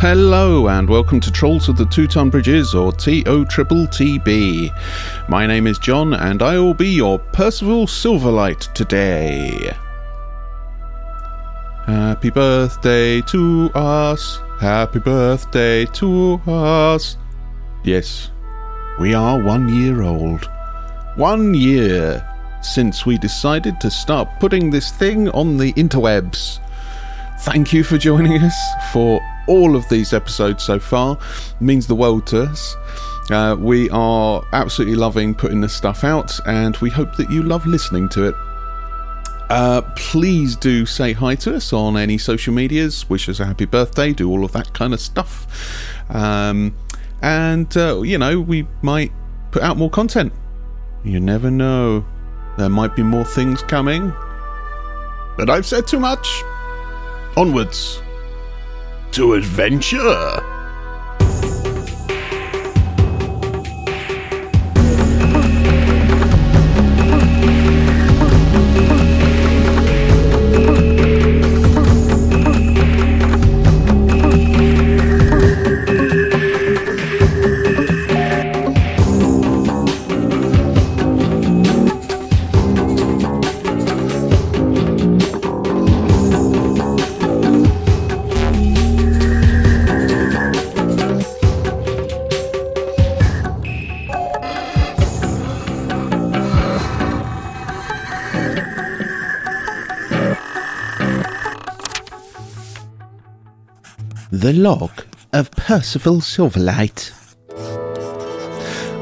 Hello and welcome to Trolls of the Two Ton Bridges or TO Triple TB. My name is John and I will be your Percival Silverlight today. Happy birthday to us. Happy birthday to us. Yes, we are one year old. One year since we decided to start putting this thing on the interwebs. Thank you for joining us for all of these episodes so far. It means the world to us. Uh, we are absolutely loving putting this stuff out, and we hope that you love listening to it. Uh, please do say hi to us on any social medias, wish us a happy birthday, do all of that kind of stuff. Um, and, uh, you know, we might put out more content. You never know. There might be more things coming. But I've said too much. Onwards to adventure. The Log of Percival Silverlight.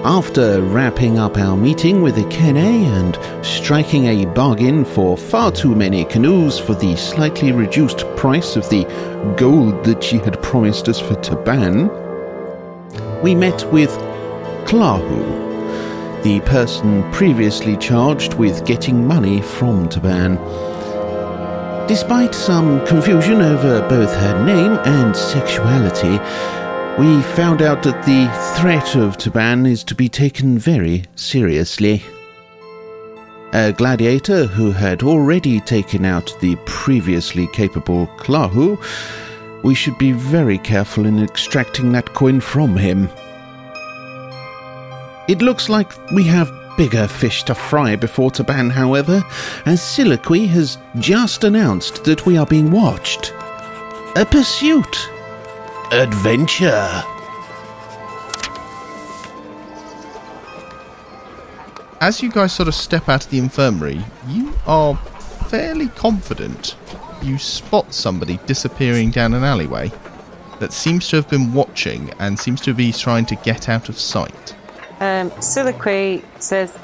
After wrapping up our meeting with Ikene and striking a bargain for far too many canoes for the slightly reduced price of the gold that she had promised us for Taban, we met with Klahu, the person previously charged with getting money from Taban. Despite some confusion over both her name and sexuality, we found out that the threat of Taban is to be taken very seriously. A gladiator who had already taken out the previously capable Klahu, we should be very careful in extracting that coin from him. It looks like we have bigger fish to fry before Taban, however, as Soliloquy has just announced that we are being watched. A pursuit. Adventure. As you guys sort of step out of the infirmary, you are fairly confident you spot somebody disappearing down an alleyway that seems to have been watching and seems to be trying to get out of sight. Um, Soliloquy says,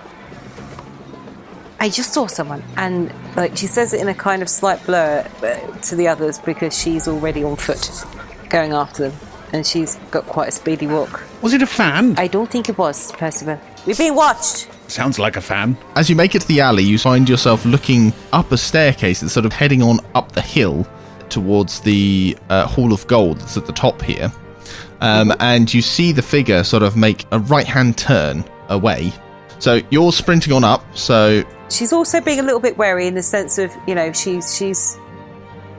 I just saw someone. And like she says it in a kind of slight blur uh, to the others because she's already on foot going after them. And she's got quite a speedy walk. Was it a fan? I don't think it was, Percival. We've been watched. Sounds like a fan. As you make it to the alley, you find yourself looking up a staircase that's sort of heading on up the hill towards the uh, Hall of Gold that's at the top here. Um, and you see the figure sort of make a right hand turn away. So you're sprinting on up, so She's also being a little bit wary in the sense of, you know, she's she's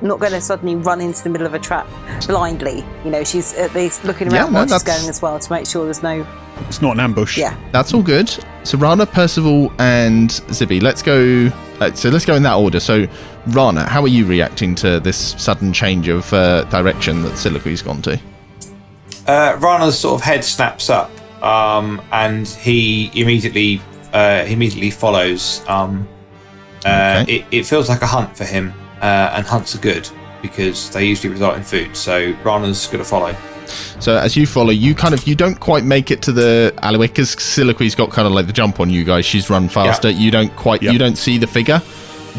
not going to suddenly run into the middle of a trap blindly. You know, she's at least looking Yeah, around no, while she's that's- going as well to make sure there's no. It's not an ambush. Yeah. That's all good. So Rana, Percival, and Zibby, let's go. Uh, so let's go in that order. So Rana, how are you reacting to this sudden change of uh, direction that Soliloquy's gone to? Uh, Rana's sort of head snaps up, um, and he immediately uh, he immediately follows. Um, uh, Okay. it, it feels like a hunt for him, uh, and hunts are good because they usually result in food. So Rana's going to follow. So as you follow, you kind of you don't quite make it to the alleyway because Soliloquy's got kind of like the jump on you guys. She's run faster. You don't quite Yeah. you don't see the figure,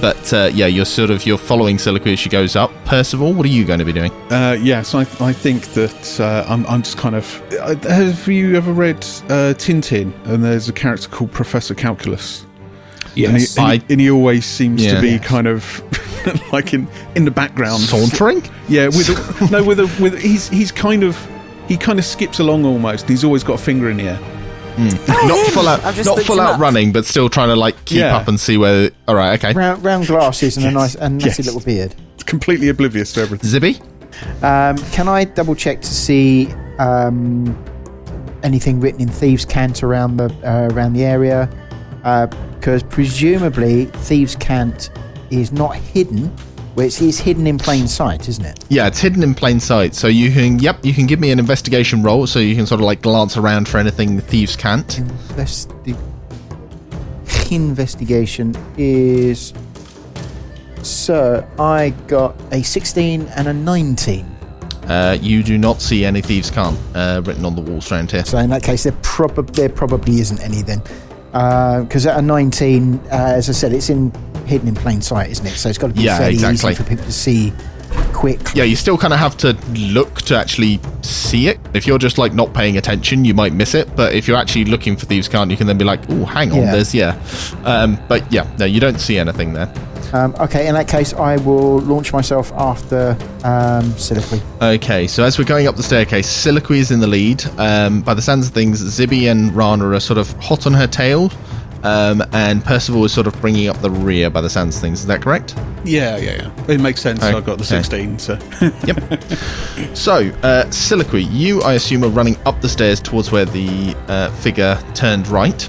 but uh, yeah, you're sort of you're following Soliloquy as she goes up. Percival, what are you going to be doing? Uh, yes, I, I think that uh, I'm, I'm just kind of. Uh, have you ever read uh, Tintin? And there's a character called Professor Calculus. And he, and, I- he, and he always seems Yeah. to be Yes. kind of like in, in the background. Sauntering. Yeah, with a, no, with a, with he's he's kind of he kind of skips along almost. He's always got a finger in the air. Not him! full out, I've just not looked full him out up. running, but still trying to like keep Yeah. up and see where. All right, okay. round, round glasses and a nice and nasty Yes. little beard. Completely oblivious to everything. Zibby. Um, can I double check to see um, anything written in thieves' cant around the uh, around the area? Because presumably thieves' cant is not hidden. Well, it's, it's hidden in plain sight, isn't it? Yeah, it's hidden in plain sight. So you can, yep, you can give me an investigation roll. So you can sort of like glance around for anything the thieves can't. Investi- investigation is. So I got a 16 and a 19. Uh, you do not see any thieves can't uh, written on the walls around here. So in that case, there, prob- there probably isn't any then. Because at a 19, uh, as I said, it's in hidden in plain sight, isn't it? So it's got to be Yeah, fairly exactly. easy for people to see quickly. Yeah, you still kind of have to look to actually see it. If you're just like not paying attention, you might miss it. But if you're actually looking for thieves can't, you can then be like, oh, hang on, Yeah. there's yeah. Um, but yeah, no, you don't see anything there. Um, okay, in that case, I will launch myself after um, Soliloquy. Okay, so as we're going up the staircase, Soliloquy is in the lead. Um, by the sounds of things, Zibby and Rana are sort of hot on her tail, um, and Percival is sort of bringing up the rear. By the sounds of things, is that correct? Yeah, yeah, yeah. It makes sense. I got the Okay. 16, so. So, uh, Soliloquy, you, I assume, are running up the stairs towards where the uh, figure turned right.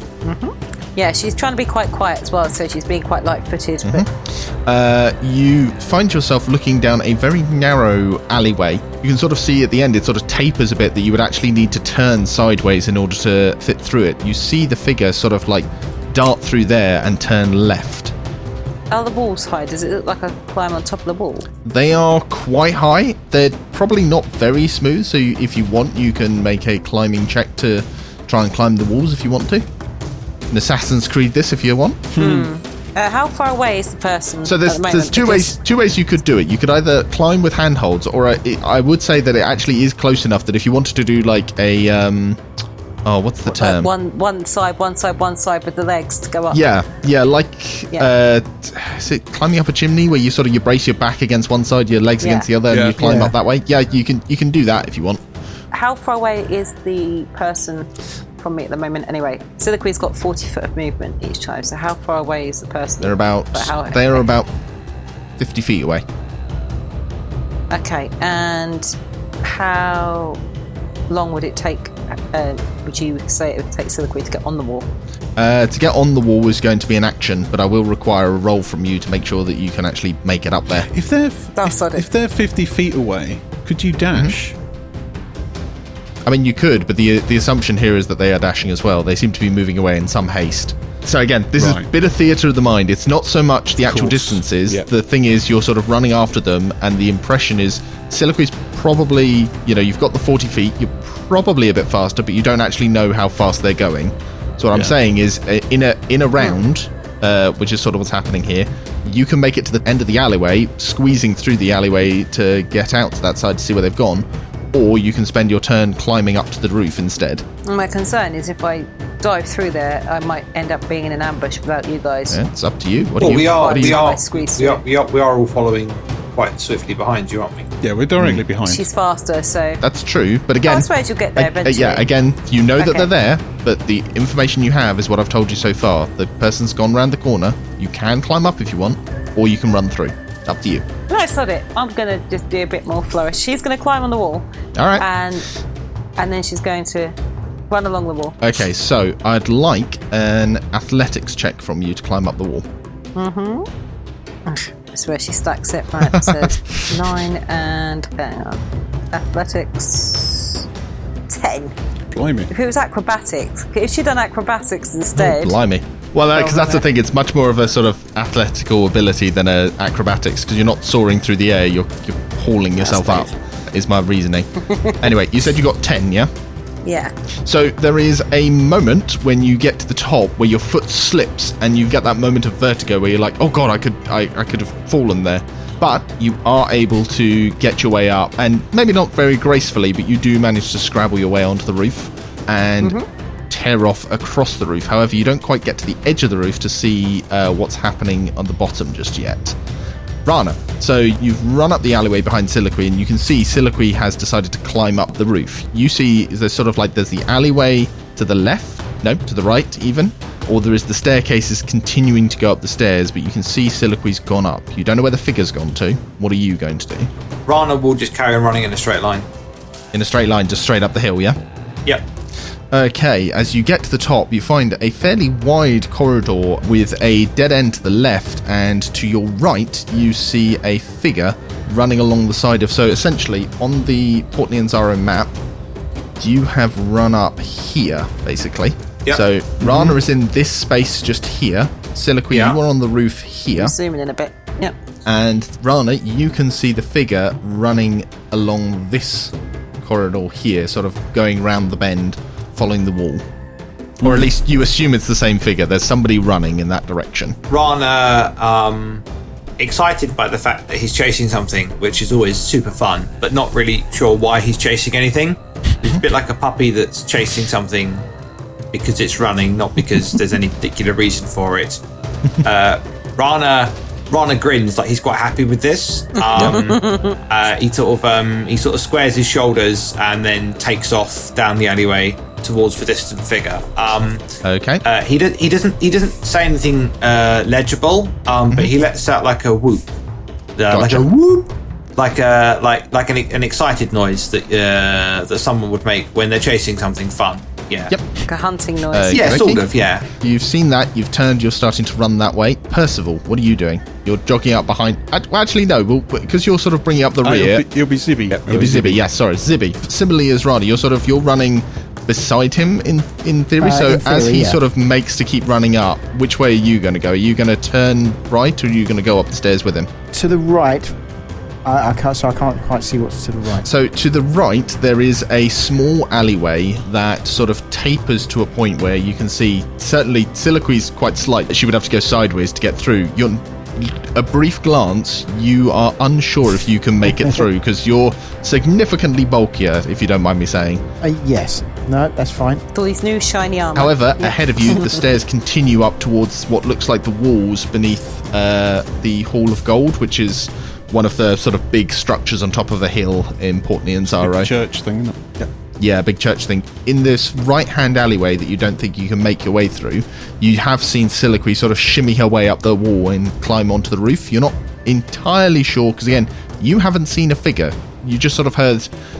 Yeah, she's trying to be quite quiet as well, so she's being quite light-footed. But Uh, you find yourself looking down a very narrow alleyway. You can sort of see at the end it sort of tapers a bit that you would actually need to turn sideways in order to fit through it. You see the figure sort of like dart through there and turn left. are the walls high? Does it look like I climb on top of the wall? They are quite high. They're probably not very smooth, so you, if you want, you can make a climbing check to try and climb the walls if you want to. An Assassin's Creed this if you want. Uh, how far away is the person? So at there's the moment? there's two Because- ways two ways you could do it. You could either climb with handholds, or I, it, I would say that it actually is close enough that if you wanted to do like a um, oh what's the like, term? Uh, one one side, one side, one side with the legs to go up. Yeah, yeah, like Yeah. Uh, t- is it climbing up a chimney where you sort of you brace your back against one side, your legs Yeah. against the other, and Yeah. you climb Yeah. up that way. Yeah, you can you can do that if you want. How far away is the person from me at the moment? Anyway, Siliqui's got forty foot of movement each time. So how far away is the person? They're about But how- they are about fifty feet away. Okay, and how long would it take? Uh, would you say it would take Siliqui to get on the wall? Uh, to get on the wall is going to be an action, but I will require a roll from you to make sure that you can actually make it up there. If they're, That's if, not it. if they're 50 feet away, could you dash? I mean, you could, but the the assumption here is that they are dashing as well. They seem to be moving away in some haste. So again, this is a Right. bit of theatre of the mind. It's not so much the actual course. distances. Yep. The thing is, you're sort of running after them, and the impression is Siliqui's probably, you know, you've got the 40 feet. You're probably a bit faster, but you don't actually know how fast they're going. So what I'm saying is, uh, in a in a round, uh, which is sort of what's happening here, you can make it to the end of the alleyway, squeezing through the alleyway to get out to that side to see where they've gone, or you can spend your turn climbing up to the roof instead. My concern is if I dive through there, I might end up being in an ambush without you guys. Yeah, it's up to you. What Well, do you? we are, what do we you- are, Like squeeze we are, we are, we are all following quite swiftly behind you, aren't we? Yeah, we're directly behind. She's faster, so That's true, but again, I suppose you'll get there ag- uh, yeah, eventually. again, you know that Okay. they're there, but the information you have is what I've told you so far. The person's gone round the corner. You can climb up if you want, or you can run through. It's up to you. no, it's not it. I'm gonna just do a bit more flourish. She's gonna climb on the wall, All right. and and then she's going to run along the wall. Okay, so I'd like an athletics check from you to climb up the wall. That's where she stacks it. Right, so it's nine and hang on, athletics ten. Blimey. If it was acrobatics, if she'd done acrobatics instead, Blimey. Well, because that's the wasn't it? thing, it's much more of a sort of athletical ability than a acrobatics, because you're not soaring through the air, you're, you're hauling yourself up, is my reasoning. anyway, you said you got 10, yeah? yeah, So there is a moment when you get to the top where your foot slips and you get that moment of vertigo where you're like, oh god, I could I, I could have fallen there. But you are able to get your way up and maybe not very gracefully, but you do manage to scrabble your way onto the roof and tear off across the roof. However, you don't quite get to the edge of the roof to see uh, what's happening on the bottom just yet. Rana. So you've run up the alleyway behind Siliqui, and you can see Siliqui has decided to climb up the roof. You see, there's sort of like there's the alleyway to the left, no, to the right even, or there is the staircases continuing to go up the stairs, but you can see Siliqui's gone up. You don't know where the figure's gone to. What are you going to do? Rana will just carry on running in a straight line. in a straight line, just straight up the hill, yeah? Yep. Okay, as you get to the top, you find a fairly wide corridor with a dead end to the left, and to your right, you see a figure running along the side of. So, essentially, on the Port Nianzaro map, you have run up here, basically. Yeah. So, Rana is in this space just here. Siliqui, Yeah. you are on the roof here. Zooming in a bit. Yep. And Rana, you can see the figure running along this corridor here, sort of going round the bend, following the wall. Or at least you assume it's the same figure. There's somebody running in that direction. Rana, um, excited by the fact that he's chasing something, which is always super fun, but not really sure why he's chasing anything. It's a bit like a puppy that's chasing something because it's running, not because there's any particular reason for it. Uh, Rana, Rana grins like he's quite happy with this. Um, uh, he sort of um, he sort of squares his shoulders and then takes off down the alleyway towards the distant figure. Um, Okay. uh, he, do- he doesn't he doesn't say anything uh, legible, um, but he lets out like a whoop, uh, like Gotcha. a whoop, like a like like an, an excited noise that uh, that someone would make when they're chasing something fun. Yeah. Yep. Like a hunting noise. Uh, Yeah, Okey-dokey. sort of. Yeah. You've seen that. You've turned. You're starting to run that way. Percival, what are you doing? You're jogging up behind. act- well, Actually, no, because you're sort of bringing up the Oh, rear. It'll, be, it'll be Zibby. It'd be Zibby, yeah, sorry, Zibby. Similarly as Rana, you're sort of you're running beside him in in theory. Uh, so in as theory, he yeah. sort of makes to keep running up, which way are you going to go? Are you going to turn right, or are you going to go up the stairs with him? To the right, I, I can't. So I can't quite see what's to the right. So to the right, there is a small alleyway that sort of tapers to a point where you can see certainly Siliqui's quite slight. She would have to go sideways to get through. You're a brief glance, you are unsure if you can make it through because you're significantly bulkier, if you don't mind me saying. Uh, yes. No, that's fine. With all these new shiny armor. However, ahead of you, the stairs continue up towards what looks like the walls beneath uh, the Hall of Gold, which is one of the sort of big structures on top of a hill in Port Nianzaro. Church thing, isn't it? Yeah. Yeah, big church thing. In this right hand alleyway that you don't think you can make your way through, you have seen Siliqui sort of shimmy her way up the wall and climb onto the roof. You're not entirely sure, because again, you haven't seen a figure. You just sort of heard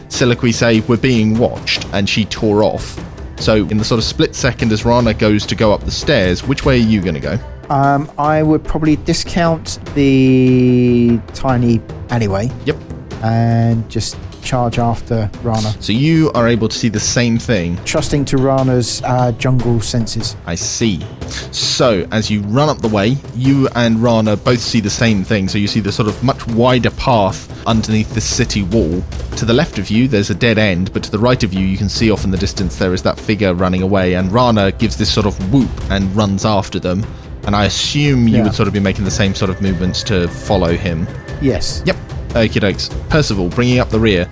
Siliqui say, We're being watched, and she tore off. So, in the sort of split second as Rana goes to go up the stairs, which way are you going to go? Um, I would probably discount the tiny alleyway Yep. and just charge after Rana, So, you are able to see the same thing trusting to Rana's uh, jungle senses. I see. So, as you run up the way, you and Rana both see the same thing. So, you see the sort of much wider path underneath the city wall. To the left of you, there's a dead end, but to the right of you, you can see off in the distance there is that figure running away. And Rana gives this sort of whoop and runs after them. And I assume you Yeah. would sort of be making the same sort of movements to follow him. Yes. Yep. Okie dokes. Percival bringing up the rear.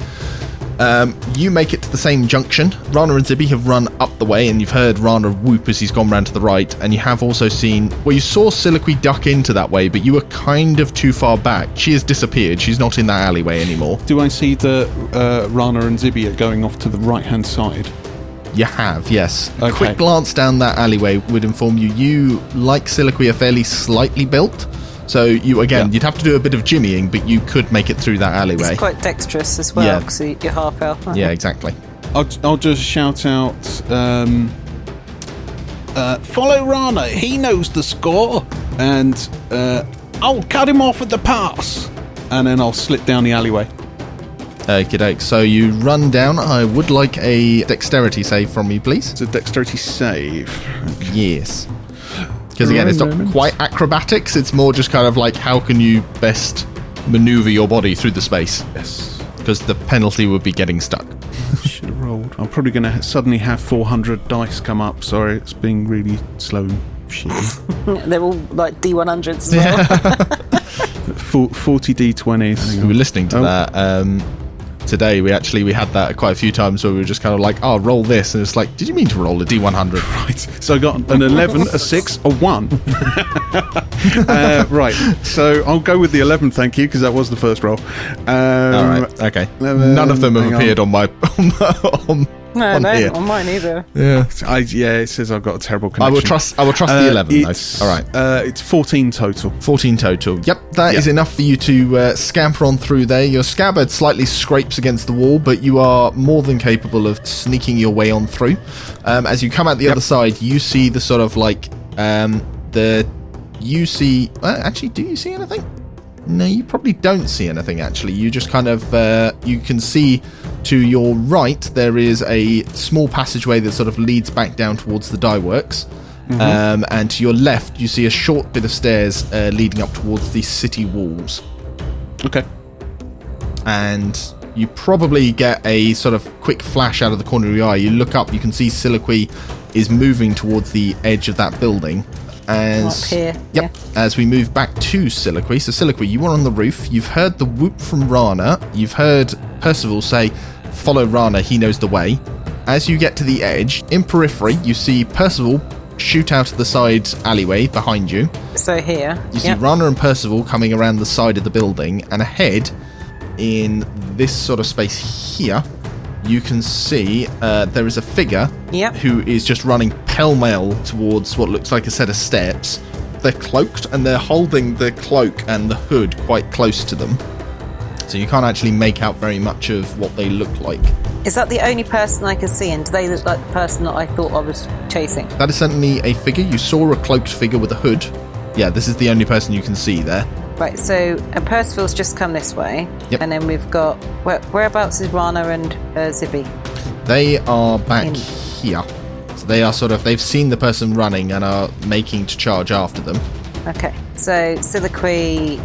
Um, you make it to the same junction. Rana and Zibby have run up the way, and you've heard Rana whoop as he's gone round to the right. And you have also seen, well, you saw Siliqui duck into that way, but you were kind of too far back. She has disappeared. She's not in that alleyway anymore. Do I see the uh, Rana and Zibby are going off to the right hand side? You have, yes. A Okay. quick glance down that alleyway would inform you. You, like Siliqui, are fairly slightly built. So you again, Yeah. you'd have to do a bit of jimmying, but you could make it through that alleyway. It's quite dexterous as well, Yeah. because you're half elf. aren't yeah, you? exactly. I'll, I'll just shout out, um, uh, follow Rana, he knows the score, and uh, I'll cut him off at the pass. And then I'll slip down the alleyway. Okie doke. So you run down. I would like a dexterity save from you, please. It's a dexterity save. Yes. Because again, it's not quite acrobatics. It's more just kind of like how can you best maneuver your body through the space. Yes. Because the penalty would be getting stuck. Should have rolled. I'm probably going to suddenly have 400 dice come up. Sorry, it's being really slow. Shit. They're all like D100s as well. Four- 40 d20s. We were listening to Oh. that um, today. We actually we had that quite a few times where we were just kind of like, oh, roll this, and it's like, did you mean to roll a d100? Right. So I got an 11, a 6, a 1. uh, right. So I'll go with the 11, thank you, because that was the first roll. Um, All right. Okay. um, None of them have hang on. appeared on my on, my- on No, on no, here. on mine either. Yeah. I, yeah, it says I've got a terrible I connection. will trust. I will trust the Uh, eleven. though. it's, All right. Uh, it's 14 total. 14 total. Yep, that is Yeah. enough for you to uh, scamper on through there. Your scabbard slightly scrapes against the wall, but you are more than capable of sneaking your way on through. Um, as you come out the other side, you see the sort of like um, the you see. Uh, actually, do you see anything? No, you probably don't see anything. Actually, you just kind of uh, you can see to your right there is a small passageway that sort of leads back down towards the dye works. Um, and to your left, you see a short bit of stairs uh, leading up towards the city walls. Okay. And you probably get a sort of quick flash out of the corner of your eye. You look up, you can see Soliloquy is moving towards the edge of that building. As, Up here, Yep. As we move back to Soliloquy. So, Soliloquy, you are on the roof. You've heard the whoop from Rana. You've heard Percival say, Follow Rana, he knows the way. As you get to the edge, in periphery, you see Percival shoot out of the side alleyway behind you. So here. You see Yep. Rana and Percival coming around the side of the building, and ahead, in this sort of space here, you can see uh, there is a figure Yep. who is just running pell mell towards what looks like a set of steps. They're cloaked and they're holding the cloak and the hood quite close to them. So you can't actually make out very much of what they look like. Is that the only person I can see? And do they look like the person that I thought I was chasing? That is certainly a figure. You saw a cloaked figure with a hood. Yeah, this is the only person you can see there. Right, so and Percival's just come this way. Yep. And then we've got. Where, whereabouts is Rana and uh, Zibby? They are back In- here. So they are sort of they've seen the person running and are making to charge after them. Okay. So Soliloquy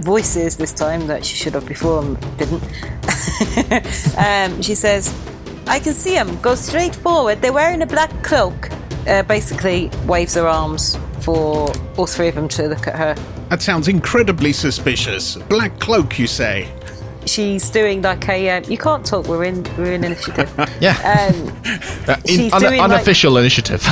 voices this time that she should have before and didn't. um, she says, I can see them. Go straight forward. They're wearing a black cloak. Uh, basically, waves her arms for all three of them to look at her. That sounds incredibly suspicious. Black cloak, you say? She's doing like a. Um, you can't talk. We're in. We're in initiative. Yeah. Um, Uh, in- she's un- doing like- unofficial initiative.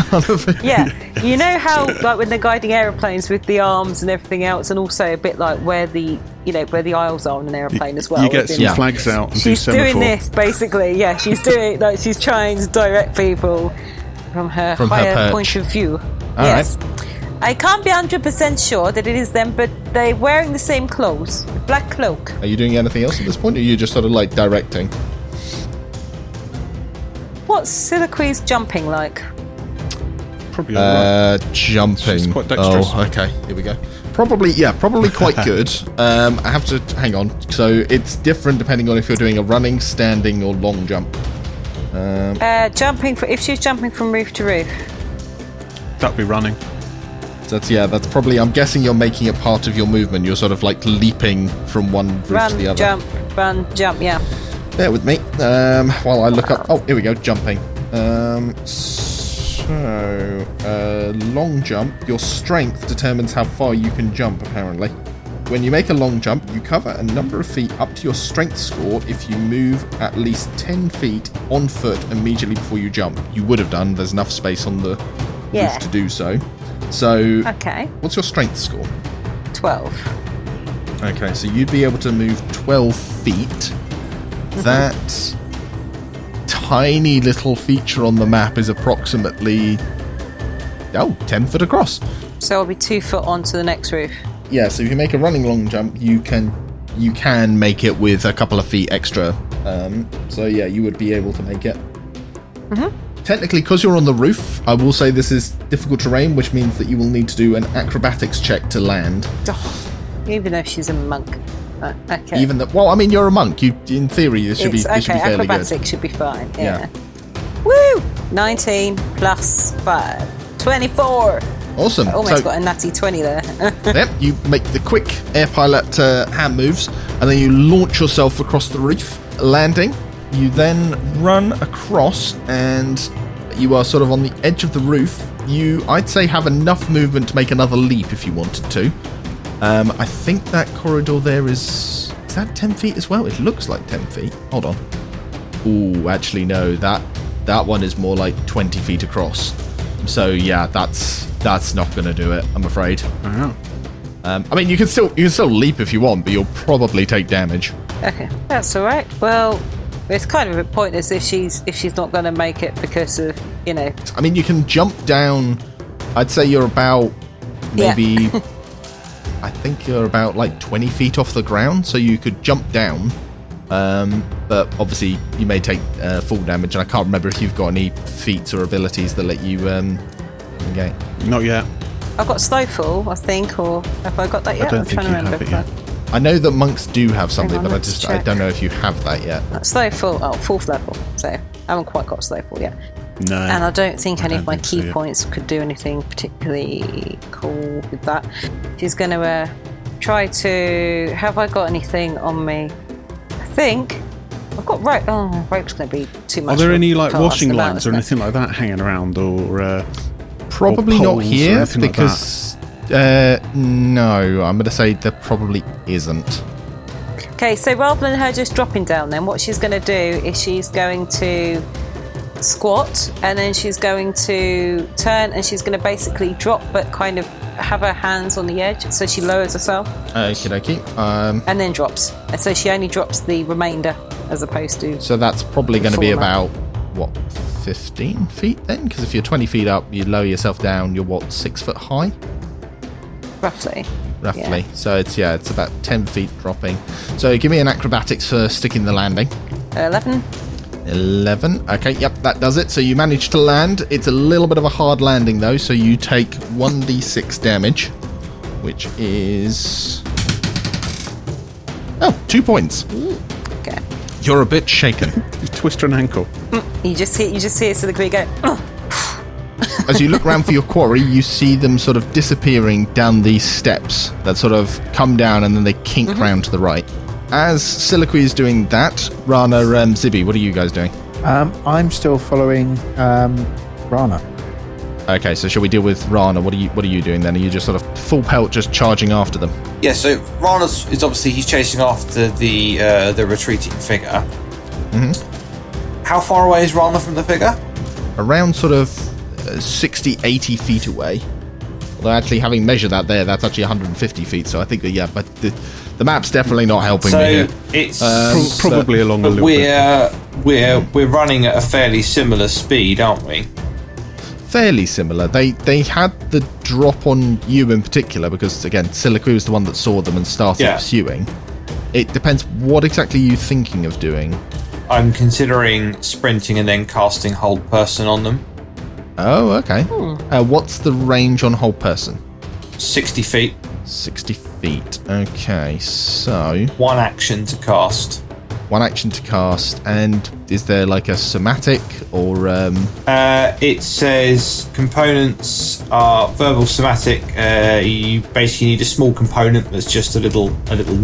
yeah, you know how like when they're guiding aeroplanes with the arms and everything else, and also a bit like where the you know where the aisles are on an aeroplane as well. you get within some Yeah. flags out and she's do doing semaphore. this basically. Yeah, she's doing like she's trying to direct people from her From her higher perch. point of view. All yes. I can't be hundred percent sure that it is them, but they're wearing the same clothes, black cloak. Are you doing anything else at this point, or are you just sort of like directing? What's Siliqui's jumping like? Probably alright. Uh, jumping. She's quite dexterous. Oh, okay. Here we go. Probably, yeah, probably quite good. Um, I have to hang on. So it's different depending on if you're doing a running, standing, or long jump. Uh, jumping for if she's jumping from roof to roof. That'd be running. So that's yeah, that's probably. I'm guessing you're making it part of your movement. You're sort of like leaping from one roof to the Run, other. jump, run, jump. Yeah. Bear with me um, while I look up. Oh, here we go, jumping. Um, so, uh, long jump, your strength determines how far you can jump, apparently. When you make a long jump, you cover a number of feet up to your strength score if you move at least 10 feet on foot immediately before you jump. You would have done, there's enough space on the Yeah. roof to do so. So, Okay. what's your strength score? Twelve. Okay, so you'd be able to move 12 feet. Mhm. That tiny little feature on the map is approximately. Oh, 10 foot across. So I'll be two foot onto the next roof. Yeah, so if you make a running long jump, you can you can make it with a couple of feet extra. Um, so yeah, you would be able to make it. Mm-hmm. Technically, because you're on the roof, I will say this is difficult terrain, which means that you will need to do an acrobatics check to land. Even though she's a monk. Uh, okay. Even that, well, I mean, you're a monk. You, in theory, this should be It's- this should be okay, fairly acrobatic good. should be fine. Yeah. Yeah. Woo! 19 plus 5. 24! Awesome. Almost so, got a natty 20 there. yep, you make the quick air pilot uh, hand moves, and then you launch yourself across the reef, landing. You then run across, and you are sort of on the edge of the roof. You, I'd say, have enough movement to make another leap if you wanted to. Um, I think that corridor there is. Is that 10 feet as well? It looks like 10 feet. Hold on. Ooh, actually, no. That that one is more like 20 feet across. So yeah, that's that's not going to do it. I'm afraid. Um, I mean, you can still you can still leap if you want, but you'll probably take damage. okay, that's alright. Well, It's kind of a bit pointless if she's if she's not going to make it because of you know I mean, you can jump down. I'd say you're about Yeah. maybe. I think you're about like 20 feet off the ground, so you could jump down. Um, but obviously, you may take uh, full damage, and I can't remember if you've got any feats or abilities that let you. Um, okay. Not yet. I've got snowfall I think or have I got that yet? don't I'm think trying you to have remember. it yet. I know that monks do have something, on, but I let's just I check. don't know if you have that yet. Snowfall oh fourth level so I haven't quite got snowfall yet. No. And I don't think any of don't my think so, key yeah. points could do anything particularly cool with that. She's going to uh, try to. Have I got anything on me? I think I've got rope. Oh, rope's going to be too much. Are there for a any like cast washing about, lines or isn't it? anything like that hanging around, or uh, Probably or not poles or here anything like that? because. uh, no, I'm going to say there probably isn't. Okay, so rather than her just dropping down, then what she's going to do is she's going to squat and then she's going to turn and she's going to basically drop but kind of have her hands on the edge so she lowers herself. Okie dokie. Um, and then drops. And so she only drops the remainder as opposed to. So that's probably going to be Full about amount. what 15 feet then, because if you're 20 feet up, you lower yourself down. You're what six foot high, roughly. roughly. So it's yeah, it's about 10 feet dropping. So give me an acrobatics for sticking the landing. 11. 11. Okay, yep, that does it. So you manage to land. It's a little bit of a hard landing though, so you take 1d6 damage, which is oh two points. Okay. You're a bit shaken. you twist an ankle? You just hear, you just hear Silicree go, "Oh," As you look round for your quarry, you see them sort of disappearing down these steps that sort of come down and then they kink round to the right. As Siliqui is doing that, Rana, um, Zibby, what are you guys doing? Um, I'm still following um, Rana. Okay, so shall we deal with Rana? What are you What are you doing then? Are you just sort of full pelt, just charging after them? Yeah, so Rana's is obviously he's chasing after the uh, the retreating figure. Mm-hmm. How far away is Rana from the figure? Around sort of uh, 60, 80 feet away. Although actually, having measured that there, that's actually 150 feet. So I think that yeah, but the, the map's definitely not helping me So here. it's Um, Pro- probably along a but little bit. we're we're we're running at a fairly similar speed, aren't we? fairly similar. They they had the drop on you in particular because again, Siliqui was the one that saw them and started Yeah. pursuing. It depends what exactly you thinking of doing. I'm considering sprinting and then casting hold person on them. Oh, okay. Uh, what's the range on whole person? Sixty feet, Sixty feet. Okay, so one action to cast. one action to cast, and is there like a somatic or um, Uh, it says components are verbal somatic. Uh, you basically need a small component that's just a little a little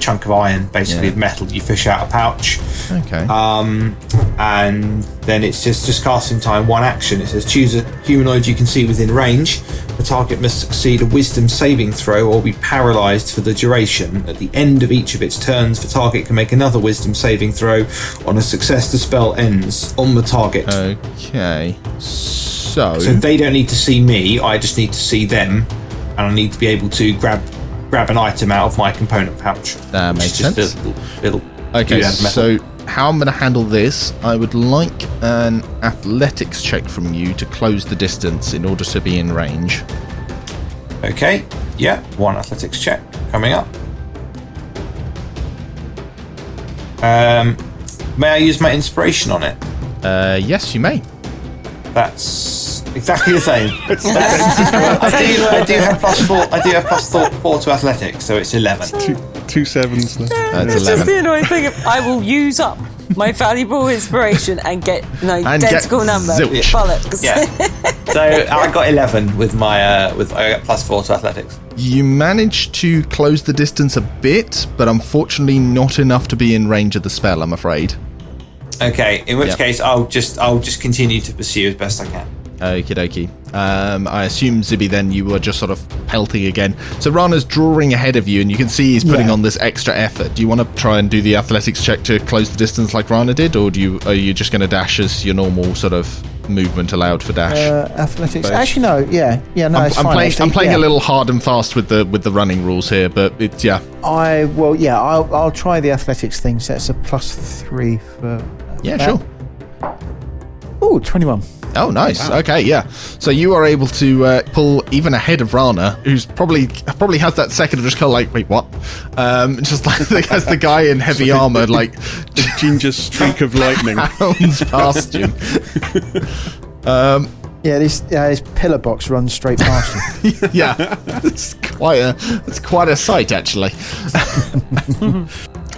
chunk of iron, basically Yeah. of metal you fish out a pouch. okay? Um, and then it's just just casting time one action. It says choose a humanoid you can see within range. The target must succeed a wisdom saving throw or be paralyzed for the duration. At the end of each of its turns, the target can make another wisdom saving throw. On a success, the spell ends on the target. Oh, okay, so So they don't need to see me. I just need to see them, and I need to be able to grab grab an item out of my component pouch. That which is makes just sense. a little- little Okay, dude out of metal. so how I'm going to handle this, I would like an athletics check from you to close the distance in order to be in range. okay, yeah, one athletics check coming up. Um, may I use my inspiration on it? Uh, yes, you may. That's exactly the same. That's- I do, I do have plus four. I do have plus four, four to athletics, so it's eleven. Two, two sevens. left. That's It's just 11. the annoying thing. of, I will use up my valuable inspiration and get an get identical number. zilch. Bollocks. Yeah. So I got eleven with my uh, with I got plus four to athletics. You managed to close the distance a bit, but unfortunately not enough to be in range of the spell, I'm afraid. Okay, in which Yep. case I'll just I'll just continue to pursue as best I can. Okie dokie. Um, I assume, Zibby, then you were just sort of pelting again. So Rana's drawing ahead of you, and you can see he's putting Yeah. on this extra effort. Do you want to try and do the athletics check to close the distance like Rana did, or do you are you just going to dash as your normal sort of movement allowed for dash. Uh, athletics. But- Actually, no. Yeah, yeah. No, I'm, it's I'm fine. playing. actually, I'm playing yeah. a little hard and fast with the with the running rules here, but it's yeah, I well, yeah. I'll, I'll try the athletics thing. So that's a plus three for. yeah, that. sure. Ooh, 21. Oh, nice. Okay, yeah. So you are able to uh, pull even ahead of Rana, who's probably probably has that second of just kind of like, wait, what? Um, just like as the guy in heavy armor like Ginger streak of lightning. bounds past you. Yeah, this uh, this pillar box runs straight past you. yeah, it's quite a it's quite a sight actually.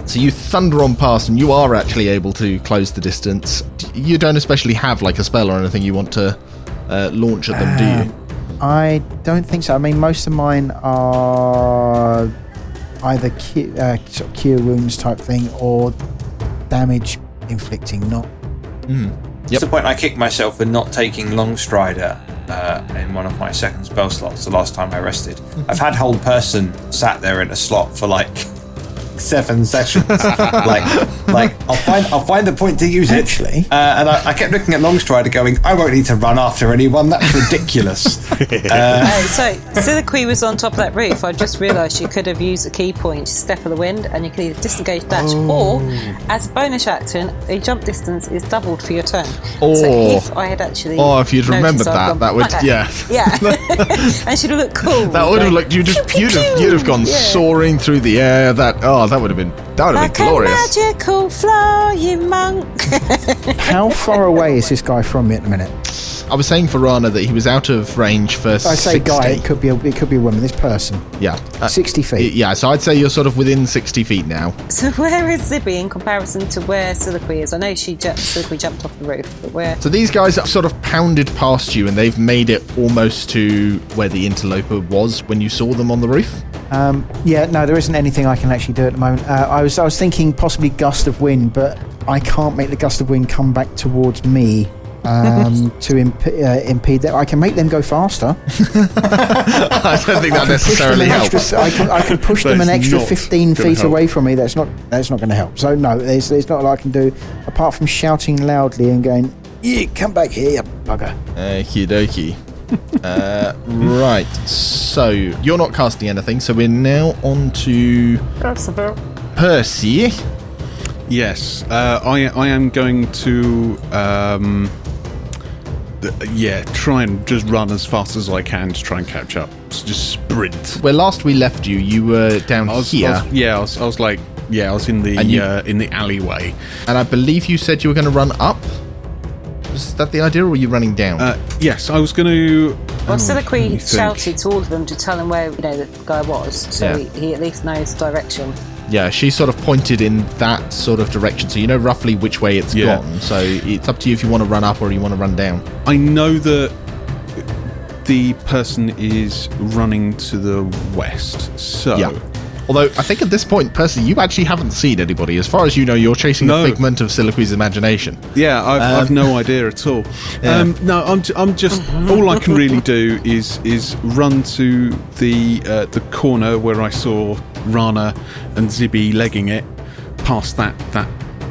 so you thunder on past, and you are actually able to close the distance. You don't especially have like a spell or anything you want to uh, launch at them, do you? I don't think so. I mean, most of mine are either cu- uh, sort of cure wounds type thing or damage inflicting, not Yep. That's the point I kicked myself for not taking Longstrider uh, in one of my second spell slots the last time I rested. I've had whole person sat there in a slot for like seven sessions. like, like I'll find I'll find the point to use Actually- it. Uh, and I, I kept looking at Longstrider, going, I won't need to run after anyone. That's ridiculous. Oh, so Siliqui was on top of that roof. I just realised you could have used a key point, step of the wind, and you can either disengage dash, Oh. or as a bonus action, a jump distance is doubled for your turn. Oh. so if I had actually, Oh, if you'd noticed remembered I'd that, gone, that would- "Okay." yeah. yeah, and she'd have looked cool. That would have like, looked you just pew, you'd have pew. you'd have gone Yeah. soaring through the air. That oh, that would have been that would have Like been glorious. a magical flying monk. How far away is this guy from me at the minute? I was saying for Rana that he was out of range for. I say 60. guy, it could be a, it could be a woman. This person, Yeah. Uh, 60 feet. Yeah, so I'd say you're sort of within 60 feet now. so where is Zibby in comparison to where Siliqui is? I know she jumped, Siliqui jumped off the roof, but where? So these guys have sort of pounded past you and they've made it almost to where the interloper was when you saw them on the roof. Um, yeah, no, there isn't anything I can actually do at the moment. Uh, I was I was thinking possibly gust of wind, but I can't make the gust of wind come back towards me um, to imp- uh, impede that. I can make them go faster. I don't think that Push them necessarily an helps. Extra, I, can, I can push them That's an extra not 15 gonna feet help. away from me. That's not that's not going to help. So no, there's there's not a lot I can do apart from shouting loudly and going, "Yeah, come back here, you bugger." Okie dokie. uh, right, so you're not casting anything, so we're now on to Percy. Yes, uh, I I am going to um, th- yeah try and just run as fast as I can to try and catch up. S- Just sprint. Where last we left you, you were down I was, here, I was, yeah, I was, I was like yeah, I was in the And you- uh, in the alleyway. and I believe you said you were going to run up. Is that the idea, or were you running down? Uh, yes, I was going to. Well, let me Siliqui think. shouted to all of them to tell him where you know the guy was, so Yeah. he, he at least knows direction. Yeah, she sort of pointed in that sort of direction, so you know roughly which way it's Yeah. gone. So it's up to you if you want to run up or you want to run down. I know that the person is running to the west. So Yeah. Although I think at this point, Percy, you actually haven't seen anybody. As far as you know, you're chasing No. a figment of Siliqui's imagination. Yeah, I've, I've no idea at all. Um, no, I'm, j- I'm just all I can really do is is run to the uh, the corner where I saw Rana and Zibby legging it past that that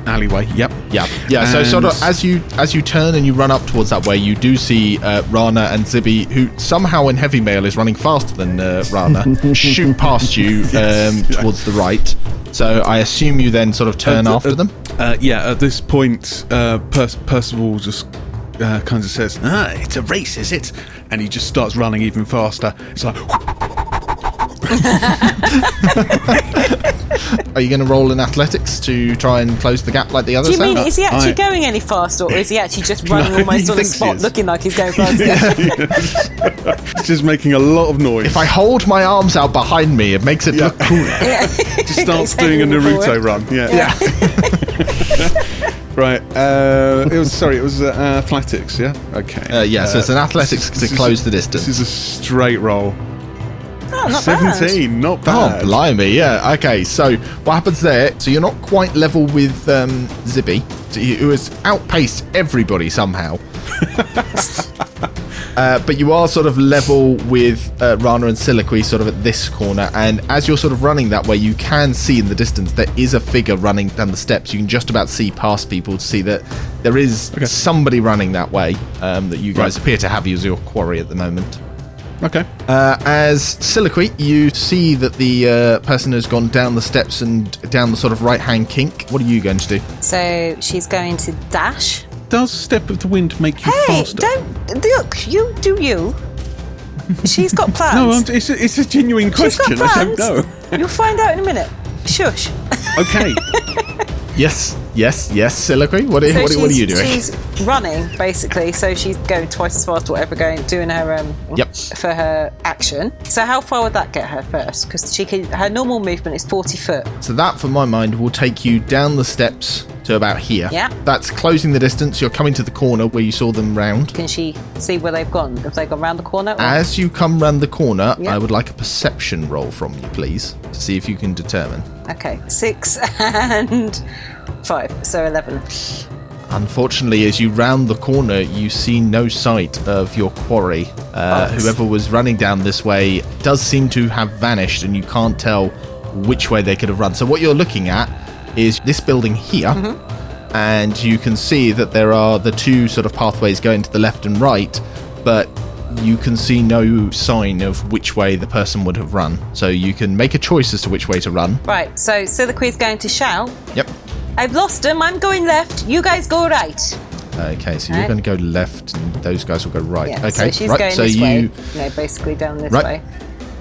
alleyway. Yep. Yeah, yeah. so And- sort of as you as you turn and you run up towards that way, you do see uh, Rana and Zibby, who somehow in heavy mail is running faster than uh, Rana, shoot past you um, towards the right. So I assume you then sort of turn Uh, after uh, them. Uh, yeah. At this point, uh, Perc- Percival just. Uh, kind of says, ah, it's a race, is it? And he just starts running even faster. It's like, Are you going to roll in athletics to try and close the gap like the Do others? you mean have? is he actually I- going any faster, or is he actually just running No, he almost on the thinks he spot, is. looking like he's going faster? yeah. it's just making a lot of noise. If I hold my arms out behind me, it makes it look cool. just starts doing a Taking the Naruto forward. run. Yeah. right. Uh, it was sorry. It was uh, athletics. Yeah. Okay. Uh, yeah, so it's an athletics this to is- close the This distance. is a straight roll. Oh, not bad. Seventeen. Not Oh, bad. blimey, yeah. Okay, so what happens there? So you're not quite level with um, Zibby, so you- who has outpaced everybody somehow. Uh, but you are sort of level with uh, Rana and Siliqui sort of at this corner, and as you're sort of running that way, you can see in the distance there is a figure running down the steps. You can just about see past people to see that there is somebody running that way um, that you guys appear to have as your quarry at the moment. Okay. Uh, as Siliqui, you see that the uh, person has gone down the steps and down the sort of right hand kink. What are you going to do? So she's going to dash. Does Step of the Wind make you Hey, faster? don't look. You do you. She's got plans. No, I'm, it's, a, it's a genuine She's got question. plans. I don't know. You'll find out in a minute. Shush. Okay. Yes, yes, yes, Siliqui. What are, So what, are- what are she's- you doing? She's running basically, so she's going twice as fast, whatever, going doing her um Yep. for her action. So how far would that get her first? Because she can her normal movement is forty foot. So that, for my mind, will take you down the steps to about here. Yeah. That's closing the distance. You're coming to the corner where you saw them round. Can she see where they've gone? Have they gone round the corner? or- As you come round the corner, Yeah. I would like a perception roll from you, please, to see if you can determine. Okay, six and five, so eleven. Unfortunately, as you round the corner, you see no sight of your quarry. Uh, Oh. Whoever was running down this way does seem to have vanished, and you can't tell which way they could have run. So, what you're looking at is this building here, and you can see that there are the two sort of pathways going to the left and right, but you can see no sign of which way the person would have run. So, you can make a choice as to which way to run. Right, so Siliqui's going to shout, Yep. I've lost them, I'm going left, you guys go right. Uh, Okay, so Right. you're going to go left, and those guys will go right. Yeah, okay, so she's right. going so this you. way. No, basically down this Right. way.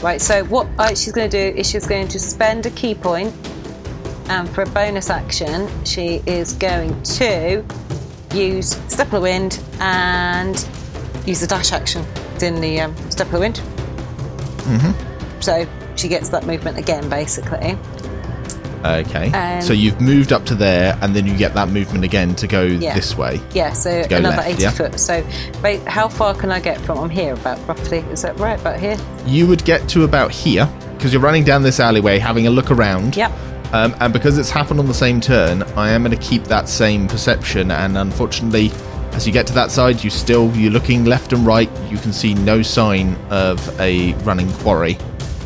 Right, so what uh, she's going to do is she's going to spend a key point, and for a bonus action, she is going to use Step of the Wind and use the dash action in the um, Step of the Wind. Mm-hmm. Mm-hmm. So she gets that movement again, basically. Okay. Um, so you've moved up to there, and then you get that movement again to go this way. Yeah, so go another left, 80 yeah? foot. So wait, how far can I get from? I'm here about roughly. Is that right? About here? You would get to about here because you're running down this alleyway, having a look around. Yep. Um, and because it's happened on the same turn, I am going to keep that same perception. And unfortunately, as you get to that side, you still you're looking left and right. You can see no sign of a running quarry.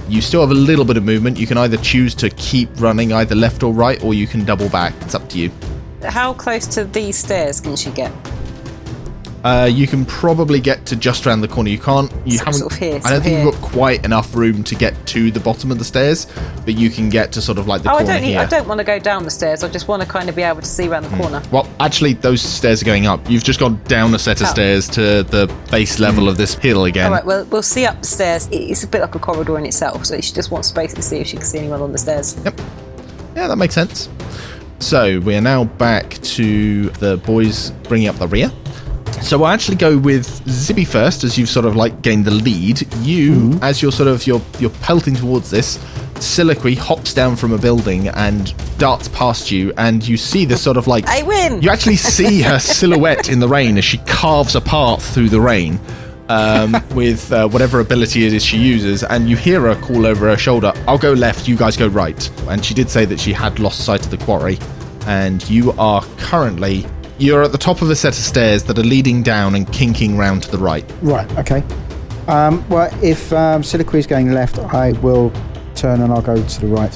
You still have a little bit of movement. You can either choose to keep running either left or right, or you can double back. It's up to you. How close to these stairs can she get? Uh, you can probably get to just around the corner. You can't. You Sort haven't. of here, I sort don't of think here. you've got quite enough room to get to the bottom of the stairs, but you can get to sort of like the Oh, I corner don't need. here. I don't want to go down the stairs. I just want to kind of be able to see around Hmm. the corner. Well, actually, those stairs are going up. You've just gone down a set of Oh. Mm. stairs to the base level of this hill again. All right. Well, we'll see up the stairs. It- It's a bit like a corridor in itself. So she just wants to basically see if she can see anyone on the stairs. Yeah, that makes sense. So we are now back to the boys bringing up the rear. So we'll actually go with Zibby first, as you've sort of like gained the lead. You, as you're sort of you're you're pelting towards this, Siliqui hops down from a building and darts past you, and you see this sort of like I win! You actually see her silhouette in the rain as she carves a path through the rain um, with uh, whatever ability it is she uses, and you hear her call over her shoulder, I'll go left, you guys go right. And she did say that she had lost sight of the quarry, and you are currently. You're at the top of a set of stairs that are leading down and kinking round to the right. Right, okay. Um, well, if um, Siliqui is going left, I will turn and I'll go to the right.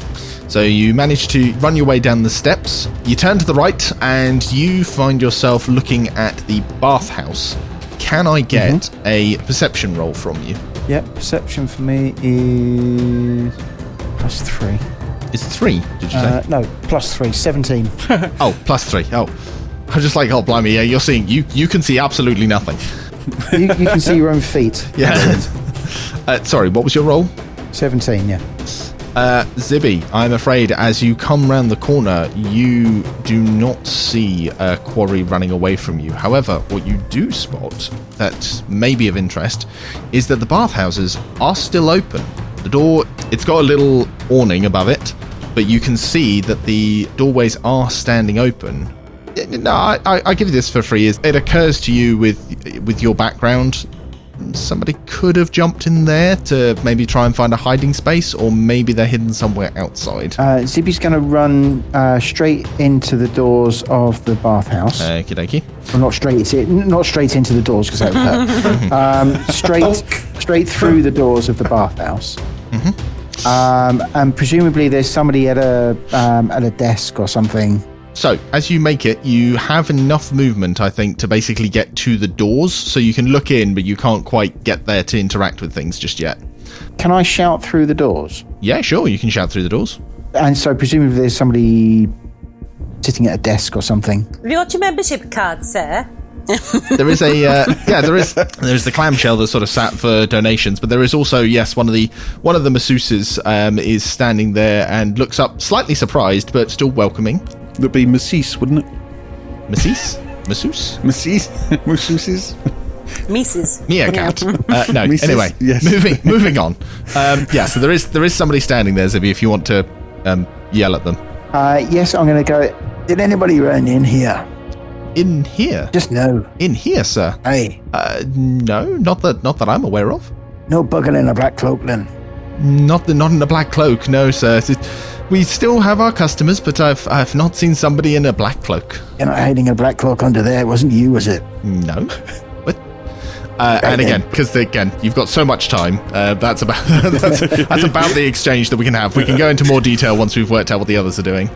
So you manage to run your way down the steps. You turn to the right and you find yourself looking at the bathhouse. Can I get a perception roll from you? Yep, perception for me is plus three. It's three, did you Uh, say? no, plus three, 17. Oh, plus three. Oh. I'm just like, oh blimey, yeah, you're seeing you you can see absolutely nothing. you, you can see your own feet. Yeah. uh, sorry, what was your role? 17, yeah. Uh, Zibby, I'm afraid as you come round the corner, you do not see a quarry running away from you. However, what you do spot that may be of interest is that the bathhouses are still open. The door, it's got a little awning above it, but you can see that the doorways are standing open. Eh, Yeah, No, I, I I give you this for free. Is it occurs to you with with your background somebody could have jumped in there to maybe try and find a hiding space, or maybe they're hidden somewhere outside. Uh, Zippy's going to run uh, straight into the doors of the bathhouse. Okie dokie. Well, not straight, in, not straight into the doors because that would hurt. um, straight, straight through the doors of the bathhouse. Um, and presumably, there's somebody at a um, at a desk or something. So, as you make it, you have enough movement, I think, to basically get to the doors. So you can look in, but you can't quite get there to interact with things just yet. Can I shout through the doors? Yeah, sure, you can shout through the doors. And so, presumably, there's somebody sitting at a desk or something. Have you got your membership card, sir? There is a uh, yeah, there is there's the clamshell that's sort of sat for donations, but there is also yes, one of the one of the masseuses um, is standing there and looks up, slightly surprised but still welcoming. That'd be Massis, wouldn't it? Masseuse, masseuse, Massis? Masseuses? Mises. meerkat. Uh, no, Missus, anyway, yes. moving moving on. Um, yeah, so there is there is somebody standing there, Zibby, if you want to um, yell at them. Uh, yes, I'm going to go. Did anybody run in here? In here, Just no. in here, sir. Hey, Uh, no, not that not that I'm aware of. no bugging in a black cloak then. Not the not in a black cloak, no, sir. It- we still have our customers, but I've I've not seen somebody in a black cloak. You're not hiding a black cloak under there. It wasn't you, was it? No. What? Uh, and then. again, because again, you've got so much time. Uh, that's about that's, that's about the exchange that we can have. We can go into more detail once we've worked out what the others are doing.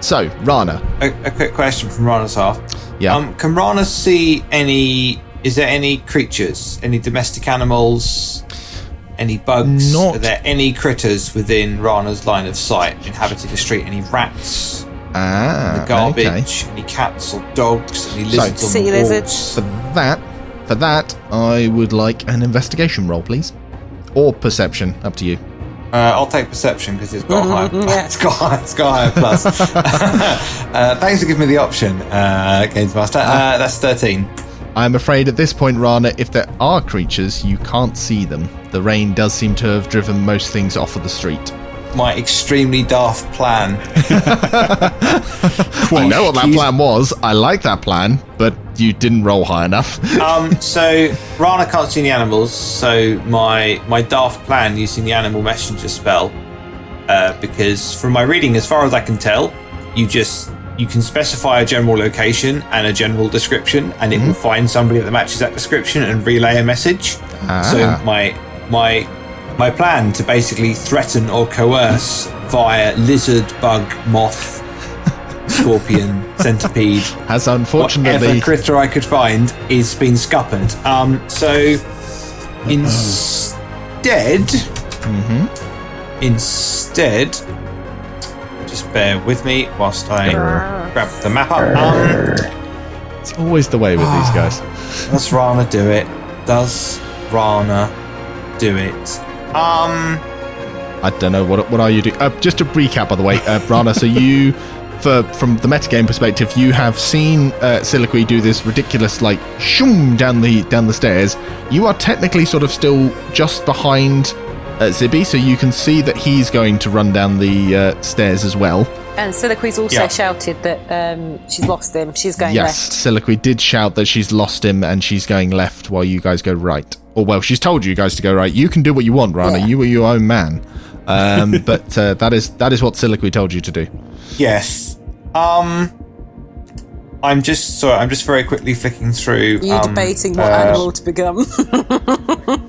So, Rana, A, a quick question from Rana's half. Yeah. Um, can Rana see any? Is there any creatures? Any domestic animals? Any bugs? Not- Are there any critters within Rana's line of sight inhabiting the street? Any rats? ah, Garbage? okay. Any cats or dogs? Any lizards? on Sea the lizards. For that, for that, I would like an investigation roll, please, or perception. Up to you. walls? Uh, I'll take perception because it's got higher. Mm-hmm, It's got higher. It's got higher plus. uh, thanks for giving me the option, uh, Games Master. Uh, that's thirteen. I'm afraid at this point, Rana, if there are creatures, you can't see them. The rain does seem to have driven most things off of the street. My extremely daft plan I know what that plan was. I like that plan, but you didn't roll high enough. Um, so Rana can't see any animals, so my my daft plan using the animal messenger spell, uh, because from my reading, as far as I can tell, you just you can specify a general location and a general description, and it will find somebody that matches that description and relay a message. Ah. So my my my plan to basically threaten or coerce via lizard, bug, moth, scorpion, centipede, Has unfortunately. whatever critter I could find is been scuppered. Um, so instead, instead, just bear with me whilst I grab the map up. Um, It's always the way with these guys. does Rana do it? Does Rana do it? Um, I don't know what what are you doing. Uh, just to recap, by the way, uh, Rana. so you, for from the metagame perspective, you have seen uh, Siliqui do this ridiculous like shoom down the down the stairs. You are technically sort of still just behind uh, Zibby, so you can see that he's going to run down the uh, stairs as well. And Siliqui's also Yeah. shouted that um, she's lost him. She's going Yes, Siliqui did shout that she's lost him and she's going left while you guys go right. Or well, she's told you guys to go right. You can do what you want, Rana. Yeah. You are your own man. Um, but uh, that is that is what Siliqui told you to do. yes. Um. I'm just sorry. I'm just very quickly flicking through. left. You um, debating what uh, animal to become.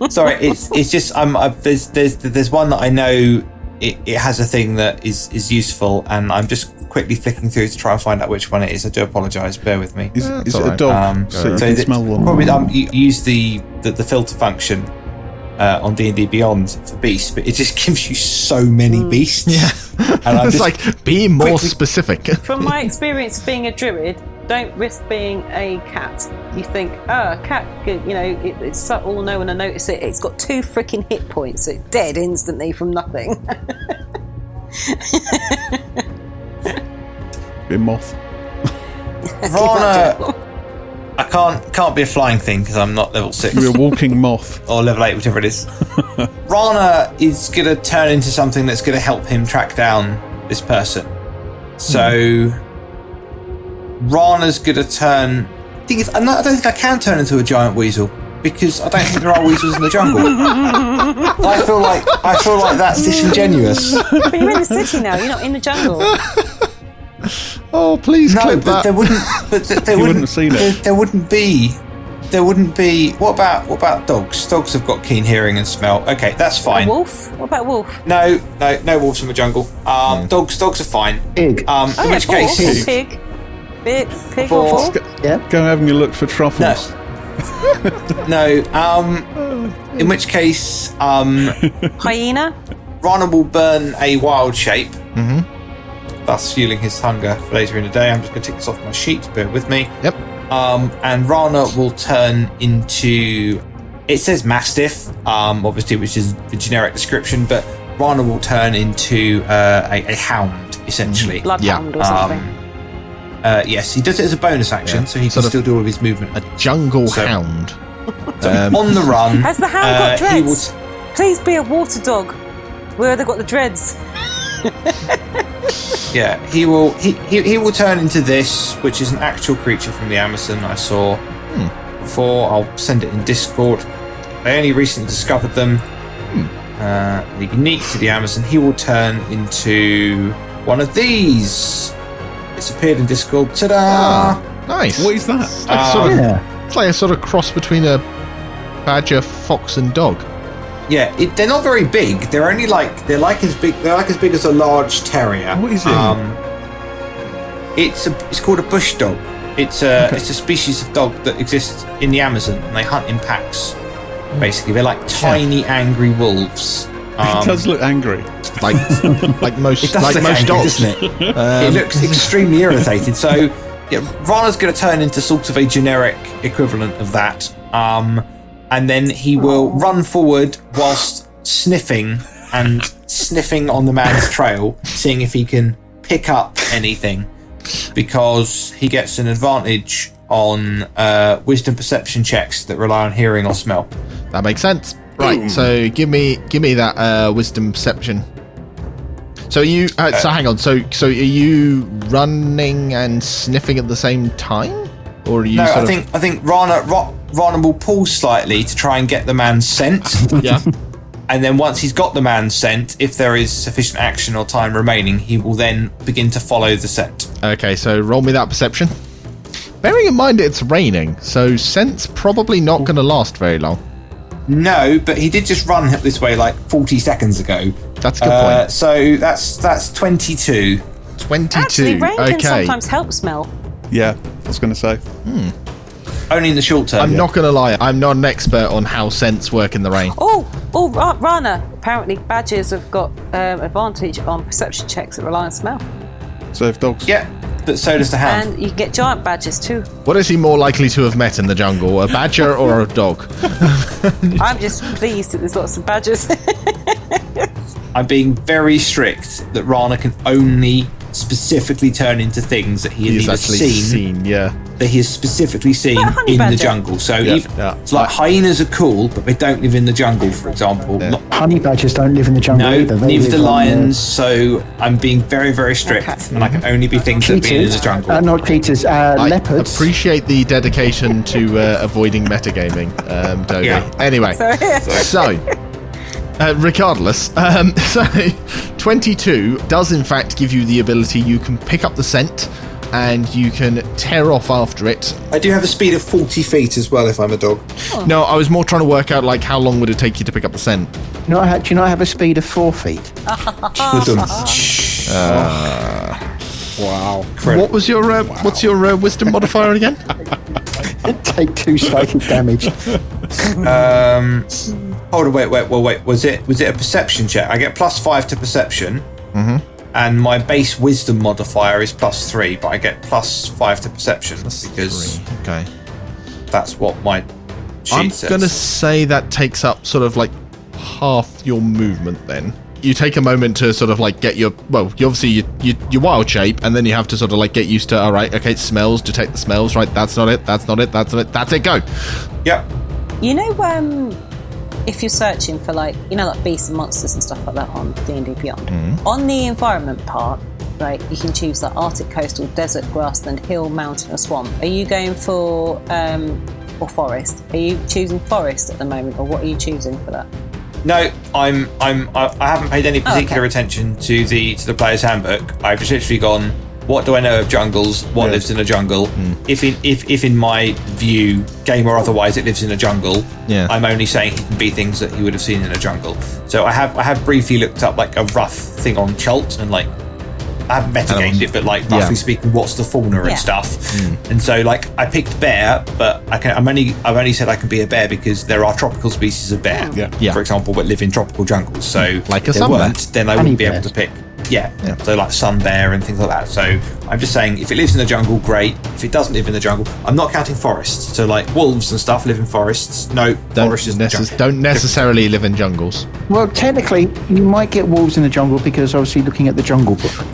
Sorry, it's it's just I'm I've, there's there's there's one that I know it, it has a thing that is is useful, and I'm just quickly flicking through to try and find out which one it is. I do apologise. Bear with me. Is, Yeah, is it's it a alright. dog? Um, so you so can the- smell one. Probably um, you use the, the the filter function uh, on D and D Beyond for beasts, but it just gives you so many beasts. Yeah, and I'm it's just, like be more quickly- specific. From my experience of being a druid, don't risk being a cat. You think, oh, a cat, could- you know, it, it's subtle, no one will notice it. It's got two freaking hit points, so it's dead instantly from nothing. Be moth. Rana. I can't can't be a flying thing because I'm not level six. We're a walking moth. or level 8, whichever it is. Rana is going to turn into something that's going to help him track down this person. So, Hmm. Rana's going to turn. Thing is, I'm not, I don't think I can turn into a giant weasel. because I don't think there are weasels in the jungle. I feel like I feel like that's disingenuous. But you're in the city now. You're not in the jungle. Oh, please No, clip but that. there wouldn't. But th- there wouldn't. You wouldn't have seen it. There, there wouldn't be there wouldn't be what about what about dogs dogs have got keen hearing and smell okay that's fine wolf? What about wolf? no no no wolves in the jungle um dogs dogs are fine Pig. um Oh, in yeah, which wolf, case pig. Big, pig Or- or wolf? Yeah. Go having a look for truffles. no um in which case um Hyena? Rana will burn a wild shape thus fueling his hunger for later in the day I'm just gonna take this off my sheet bear with me Yep. um, and Rana will turn into. It says Mastiff, um, obviously, which is the generic description, but Rana will turn into uh, a, a hound, Mm-hmm. essentially. Bloodhound or Um, something. Uh, yes, he does it as a bonus action, Yeah. so he Sort can of- still do all of his movement. A jungle So- hound. On the run. Has the hound uh, got he will dreads? Please be a water dog. Where have they got the dreads? Yeah, he will. He, he he will turn into this, which is an actual creature from the Amazon I saw before. I'll send it in Discord. I only recently discovered them. Hmm. Uh, unique to the Amazon, he will turn into one of these. It's appeared in Discord. Ah. Ta-da! Nice. What is that? It's Ah, like, a sort of, Yeah. it's like a sort of cross between a badger, fox, and dog. Yeah, it, they're not very big. They're only like they're like as big. They're like as big as a large terrier. What is it? Um, it's a, it's called a bush dog. It's a it's a species of dog that exists in the Amazon and they hunt in packs. Hmm. Basically, they're like tiny angry wolves. Um, it does look angry. Like, like most, it does like look most angry, dogs. Um, doesn't it? it looks extremely irritated. So, yeah, Rana's going to turn into sort of a generic equivalent of that. Um, and then he will run forward whilst sniffing and sniffing on the man's trail, seeing if he can pick up anything because he gets an advantage on uh, wisdom perception checks that rely on hearing or smell. That makes sense. Right. So give me, give me that uh, wisdom perception. So you, uh, so hang on. So, so are you running and sniffing at the same time, or are you? No, sort I of, think I think Rana Ro- Rana will pull slightly to try and get the man's scent. Yeah. And then once he's got the man sent, if there is sufficient action or time remaining, he will then begin to follow the scent. Okay, so roll me that perception. Bearing in mind it's raining, so scent's probably not going to last very long. No, but he did just run this way like 40 seconds ago. That's a good Uh, so that's that's 22. point. Twenty-two. Actually, rain can okay. sometimes help smell. Yeah, I was going to say. Only in the short term. I'm not going to lie. I'm not an expert on how scents work in the rain. Oh, oh, Ra- Rana. Apparently, badgers have got um, advantage on perception checks that rely on smell, So if dogs. Yeah, but so does the hound. and you can get giant badgers too. What is he more likely to have met in the jungle, a badger or a dog? I'm just pleased that there's lots of badgers. I'm being very strict that Rana can only specifically turn into things that he has He's either actually seen, seen. Yeah. that he has specifically seen Like a honey in the badger. jungle. So Yeah, even, yeah. it's like hyenas are cool, but they don't live in the jungle, for example. Not- Honey badgers don't live in the jungle No, either. They neither live the on uh, lions. So I'm being very, very strict, Okay. and I can only be things that have been in the Cheetahs, jungle. Um, uh, not cheetahs, uh, I leopards. appreciate the dedication to uh, avoiding metagaming, um, Toby. Yeah. Anyway, so uh, regardless, um, so 22 does in fact give you the ability you can pick up the scent and you can tear off after it. I do have a speed of 40 feet as well if I'm a dog. No, I was more trying to work out like how long would it take you to pick up the scent. Not ha- do you not have a speed of four feet? Ah. wow. What was your uh, what's your uh, wisdom modifier again? Take two psychic damage. Um, hold on, wait, wait, wait, wait. Was it was it a perception check? I get plus five to perception, Mm-hmm. and my base wisdom modifier is plus three, but I get plus five to perception because Three. Okay. that's what my sheet I'm says. gonna say that takes up sort of like half your movement. Then you take a moment to sort of like get your well, you obviously you, you, your wild shape, and then you have to sort of like get used to. All right, okay, smells, detect the smells. Right, that's not it. That's not it. That's not it. That's it. Go. Yep. you know, um, if you're searching for like, you know, like beasts and monsters and stuff like that on D and D Beyond, Mm-hmm. on the environment part, right, you can choose like Arctic, coastal, desert, grassland, hill, mountain, or swamp. Are you going for um, or forest? Are you choosing forest at the moment, or what are you choosing for that? No, I'm I'm I I haven't paid any particular okay. attention to the to the player's handbook. I've just literally gone. What do I know of jungles? What lives in a jungle? If in if if in my view, game or otherwise, it lives in a jungle. Yeah. I'm only saying it can be things that you would have seen in a jungle. So I have I have briefly looked up like a rough thing on Chult and like I haven't metagamed it, but like roughly Yeah. Hmm. speaking, what's the fauna Yeah. and stuff. And so like I picked bear, but I can I'm only I've only said I can be a bear because there are tropical species of bear Yeah. Yeah. Hmm. for example, that live in tropical jungles. So Like a if they sun bear. weren't, then I wouldn't be able bears. to pick. Yeah. Yeah. so like sun bear and things like that. So I'm just saying, if it lives in the jungle, great. If it doesn't live in the jungle, I'm not counting forests. So like wolves and stuff live in forests. No, Don't, forest is in the necess- jungle. don't necessarily live in jungles. Well, technically, you might get wolves in the jungle because obviously looking at the Jungle Book.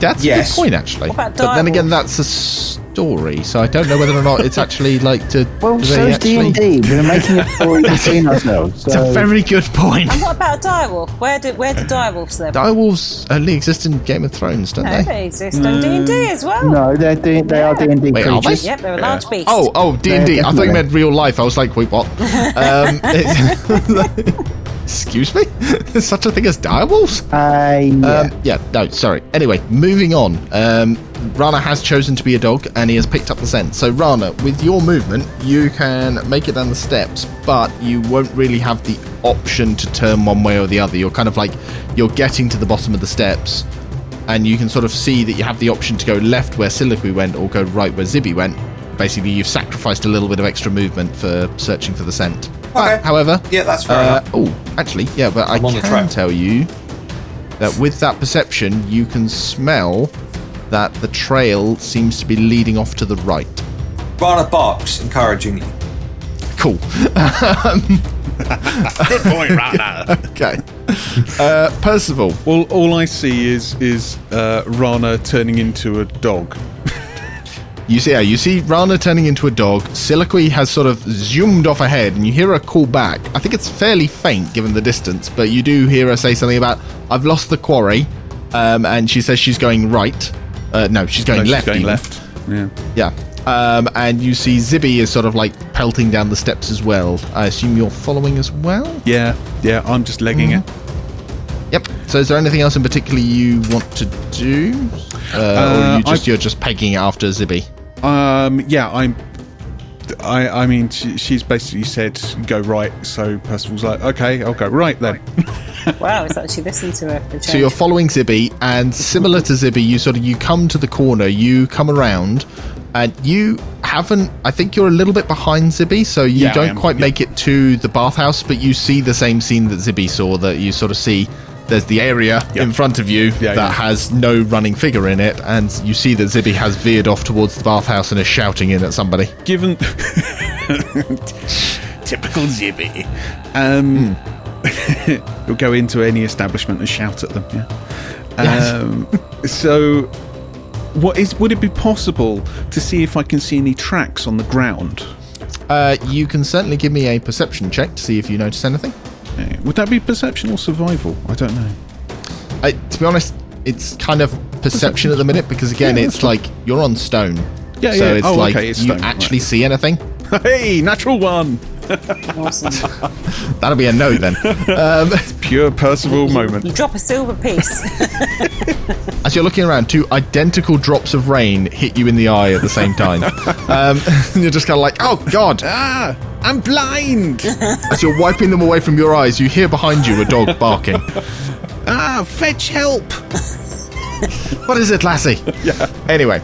That's a Yes. good point, actually. about But then direwolves? again, that's a story, so I don't know whether or not it's actually like to. Well, do they so is D actually- and D. We're making a story between ourselves. It's a so- very good point. And what about a direwolf? Where do where do direwolves live? Direwolves only exist in Game of Thrones, don't no, they? they exist on D and D as well. no, they're D- they are D and D Wait, are they? creatures. Yep, they're a large beast. Oh, oh, D and D. I thought you meant real life. I was like, wait, what? Um, it's- excuse me. There's such a thing as direwolves? Uh, yeah. Um, yeah, no, sorry. Anyway, moving on. Um, Rana has chosen to be a dog and he has picked up the scent. So, Rana, with your movement, you can make it down the steps, but you won't really have the option to turn one way or the other. You're kind of like, you're getting to the bottom of the steps and you can sort of see that you have the option to go left where Soliloquy went or go right where Zibby went. Basically, you've sacrificed a little bit of extra movement for searching for the scent. But, however, Yeah, that's fair uh, enough. oh, actually, yeah, but I I'm on the can track. tell you that with that perception, you can smell that the trail seems to be leading off to the right. Rana barks encouragingly. Cool. Um, Good point, Rana. Okay. Uh, Percival. Well, all I see is is uh, Rana turning into a dog. You see, yeah, you see Rana turning into a dog. Soliloquy has sort of zoomed off ahead, and you hear her call back. I think it's fairly faint given the distance, but you do hear her say something about "I've lost the quarry," um, and she says she's going right. Uh, no, she's going No, she's left. going even. left. Yeah. Yeah. Um, and you see Zibby is sort of like pelting down the steps as well. I assume you're following as well? Yeah. Yeah. I'm just legging Mm-hmm. Yep. So is there anything else in particular you want to do? Uh, or Uh, you just, I- you're just pegging after Zibby? it. Um. Yeah. I'm. I. I mean, she, she's basically said go right. So Percival's like, okay, I'll go right then. Wow, it's actually listening to her. For a So you're change. following Zibby, and similar to Zibby, you sort of you come to the corner, you come around, and you haven't. I think you're a little bit behind Zibby, so you Yeah, I don't am, quite yeah. make it to the bathhouse, but you see the same scene that Zibby saw. That you sort of see there's the area in front of you Yeah, that yeah. has no running figure in it, and you see that Zibby has veered off towards the bathhouse and is shouting in at somebody. Given. Typical Zibby. Um, you'll go into any establishment and shout at them. Yeah. Um, so, what is? Would it be possible to see if I can see any tracks on the ground? Uh, you can certainly give me a perception check to see if you notice anything. Uh, Would that be perception or survival? I don't know. I, to be honest, it's kind of perception at the minute because again, Yeah, it's like you're on stone. Yeah, so yeah. it's Oh, like okay, it's you stone, actually right. see anything. hey, natural one. Awesome. That'll be a no then. um, Pure Percival you moment. drop a silver piece. as you're looking around, two identical drops of rain hit you in the eye at the same time. um, you're just kind of like, oh god! Ah, I'm blind. As you're wiping them away from your eyes, you hear behind you a dog barking. ah, fetch help. what is it, lassie? Yeah. Anyway,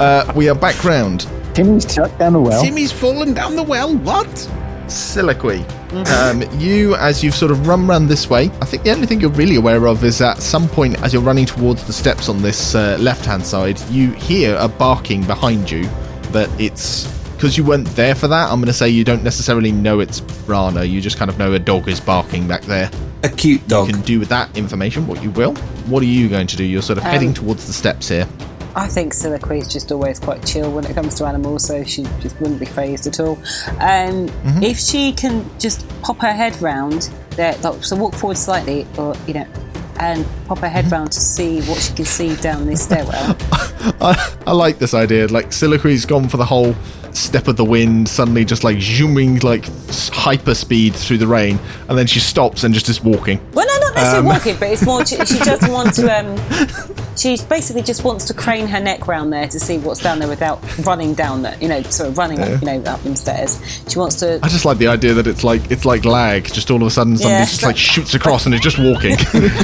uh, we are back round. Timmy's shut down the well. Timmy's fallen down the well. What? Soliloquy. Um, you, as you've sort of run round this way, I think the only thing you're really aware of is at some point, as you're running towards the steps on this uh, left-hand side, you hear a barking behind you, but it's because you weren't there for that. I'm going to say you don't necessarily know it's Rana. You just kind of know a dog is barking back there. A cute dog. You can do with that information what you will. What are you going to do? You're sort of heading towards the steps here. I think Siliqui is just always quite chill when it comes to animals, so she just wouldn't be phased at all. Um, If she can just pop her head round, there, like, so walk forward slightly, or you know, and pop her head round to see what she can see down this stairwell. I, I like this idea. Like Soliloquy's gone for the whole step of the wind, suddenly just like zooming like hyper speed through the rain, and then she stops and just is walking. Well, no, not necessarily walking, but it's more she, she doesn't want to. Um, she basically just wants to crane her neck round there to see what's down there without running down there. You know, sort of running, up, you know, up them stairs. She wants to. I just like the idea that it's like it's like lag. Just all of a sudden, somebody Yeah. just like shoots across and is just walking.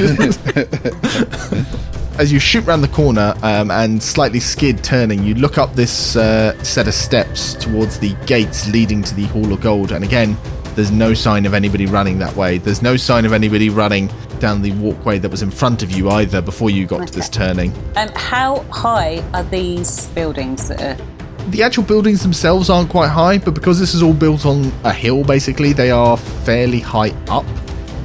As you shoot round the corner um, and slightly skid, turning, you look up this uh, set of steps towards the gates leading to the Hall of Gold. And again, there's no sign of anybody running that way. There's no sign of anybody running down the walkway that was in front of you either before you got to this turning. Um, how high are these buildings that are? The actual buildings themselves aren't quite high, but because this is all built on a hill, basically, they are fairly high up.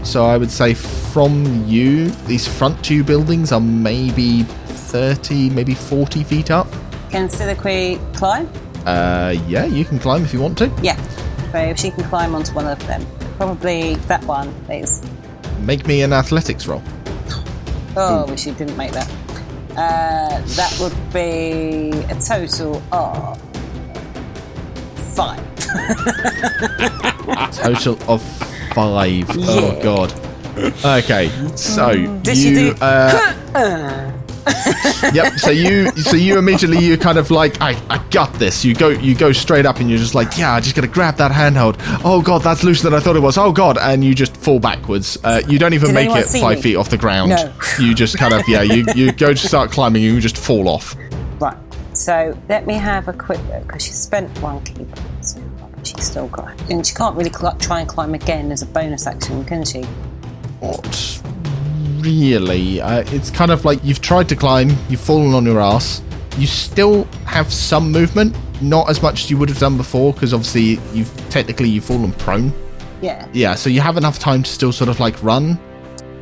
So I would say from you, these front two buildings are maybe 30, maybe 40 feet up. Can Siliqui climb? Uh, yeah, you can climb if you want to. Yeah. So she can climb onto one of them. Probably that one, please. Make me an athletics roll. Oh, wish you didn't make that. Uh, that would be a total of five. Total of five. Oh, God. Okay, so you Mm. Dishity. uh, yep. So you so you immediately you kind of like I, I got this. You go you go straight up and you're just like yeah. I just gotta grab that handhold. Oh god, that's looser than I thought it was. Oh god, and you just fall backwards. Uh, you don't even Did make anyone it see five me? feet off the ground. No. You just kind of yeah. You you go to start climbing. You just fall off. Right. So let me have a quick look because she spent one key point, so she's still got, and she can't really cl- try and climb again as a bonus action, can she? Not really. Uh, it's kind of like you've tried to climb. You've fallen on your ass. You still have some movement, not as much as you would have done before, because obviously you've technically you've fallen prone. Yeah. yeah, so you have enough time to still sort of like run.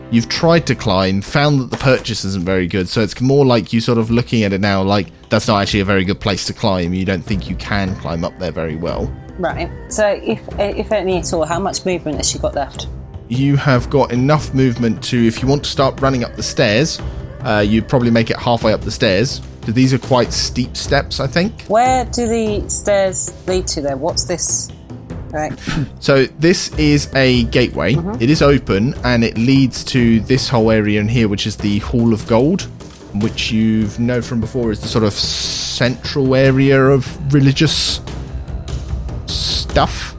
You've tried to climb, found that the purchase isn't very good, so it's more like you sort of looking at it now like that's not actually a very good place to climb. You don't think you can climb up there very well. Right. So if if any at all, how much movement has she got left? You have got enough movement to, if you want to start running up the stairs, uh, you'd probably make it halfway up the stairs. 'cause These are quite steep steps, I think. Where do the stairs lead to? There. What's this? Right. So this is a gateway. It is open and it leads to this whole area in here, which is the Hall of Gold, which you've known from before is the sort of central area of religious stuff.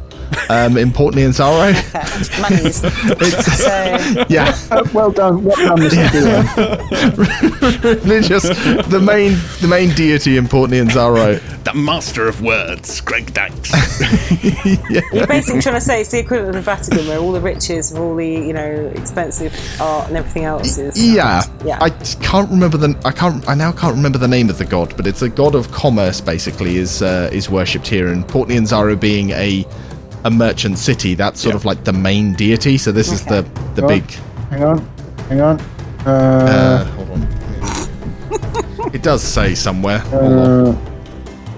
Um, importantly in Sorrow. That's monies. so yeah. Oh, well done, well done, Mr. DM. religious the main the main deity importantly in Zorro. The master of words, Greg Dykes. you're basically trying to say it's the equivalent of the Vatican, where all the riches of all the you know expensive art and everything else is. Yeah. Yeah. I t- can't remember the I can't I now can't remember the name of the god, but it's a god of commerce basically is uh, is worshipped here and Portney and Zaro being a a merchant city, that's sort of like the main deity, so this is the the Right. big Hang on, hang on. uh, Uh, hold on. it does say somewhere.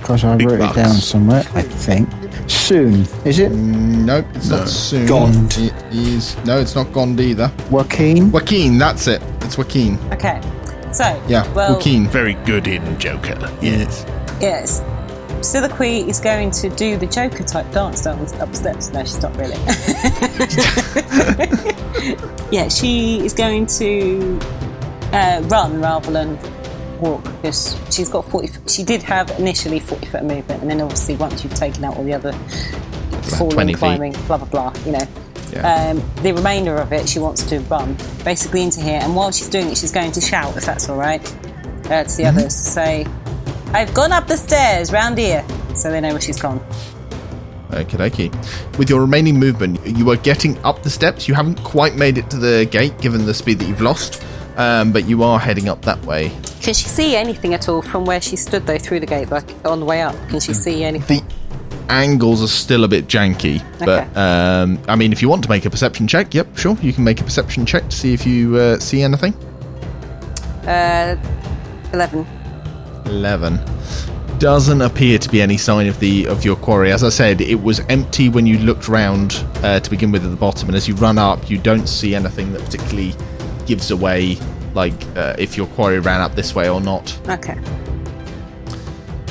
gosh, I wrote bucks. it down somewhere. I think soon is it Nope, it's not soon. Gond. It is no, it's not Gond either. Joaquin? Joaquin, that's it. It's Joaquin. Okay. So Yeah, Well, Joaquin. Very good in Joker. Yes. Yes. Siliqui is going to do the Joker type dance down up steps. No, she's not really. yeah, she is going to uh, run rather than walk because she's got 40. f- She did have initially 40 foot movement, and then obviously once you've taken out all the other falling, 20 feet. climbing, blah blah blah, you know. Yeah. Um, the remainder of it, she wants to run basically into here, and while she's doing it, she's going to shout, if that's all right, uh, Mm-hmm. to the others to say, I've gone up the stairs round here, so they know where she's gone. Okay, dokie. With your remaining movement, you are getting up the steps. You haven't quite made it to the gate, given the speed that you've lost, um, but you are heading up that way. Can she see anything at all from where she stood though through the gate, like on the way up? Can she Mm-hmm. see anything? The angles are still a bit janky, but Okay. um, I mean, if you want to make a perception check, yep, sure, you can make a perception check to see if you uh, see anything. Uh, Eleven. 11 doesn't appear to be any sign of the of your quarry as i said it was empty when you looked round uh, to begin with at the bottom and as you run up you don't see anything that particularly gives away like uh, if your quarry ran up this way or not Okay.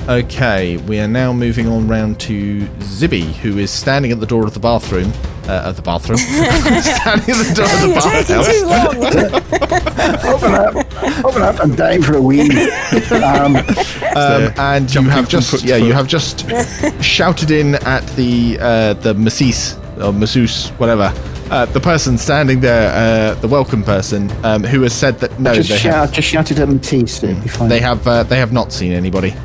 Okay, we are now moving on round to Zibby, who is standing at the door of the bathroom. Uh, of the bathroom, standing at the door of the Taking bathhouse. too long. Open up, open up. I'm dying for a wee. Um, Um, and you have from just foot to yeah, you foot. have just shouted in at the uh, the masseuse or masseuse, whatever, uh, the person standing there, uh, the welcome person, um, who has said that no, just they shout, have, just shout it at Matisse. It'd be fine. they have uh, they have not seen anybody.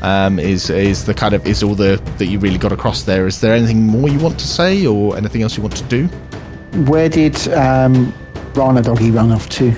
Um, is is the kind of is all the that you really got across there? Is there anything more you want to say or anything else you want to do? Where did um, Rana Doggy run off to?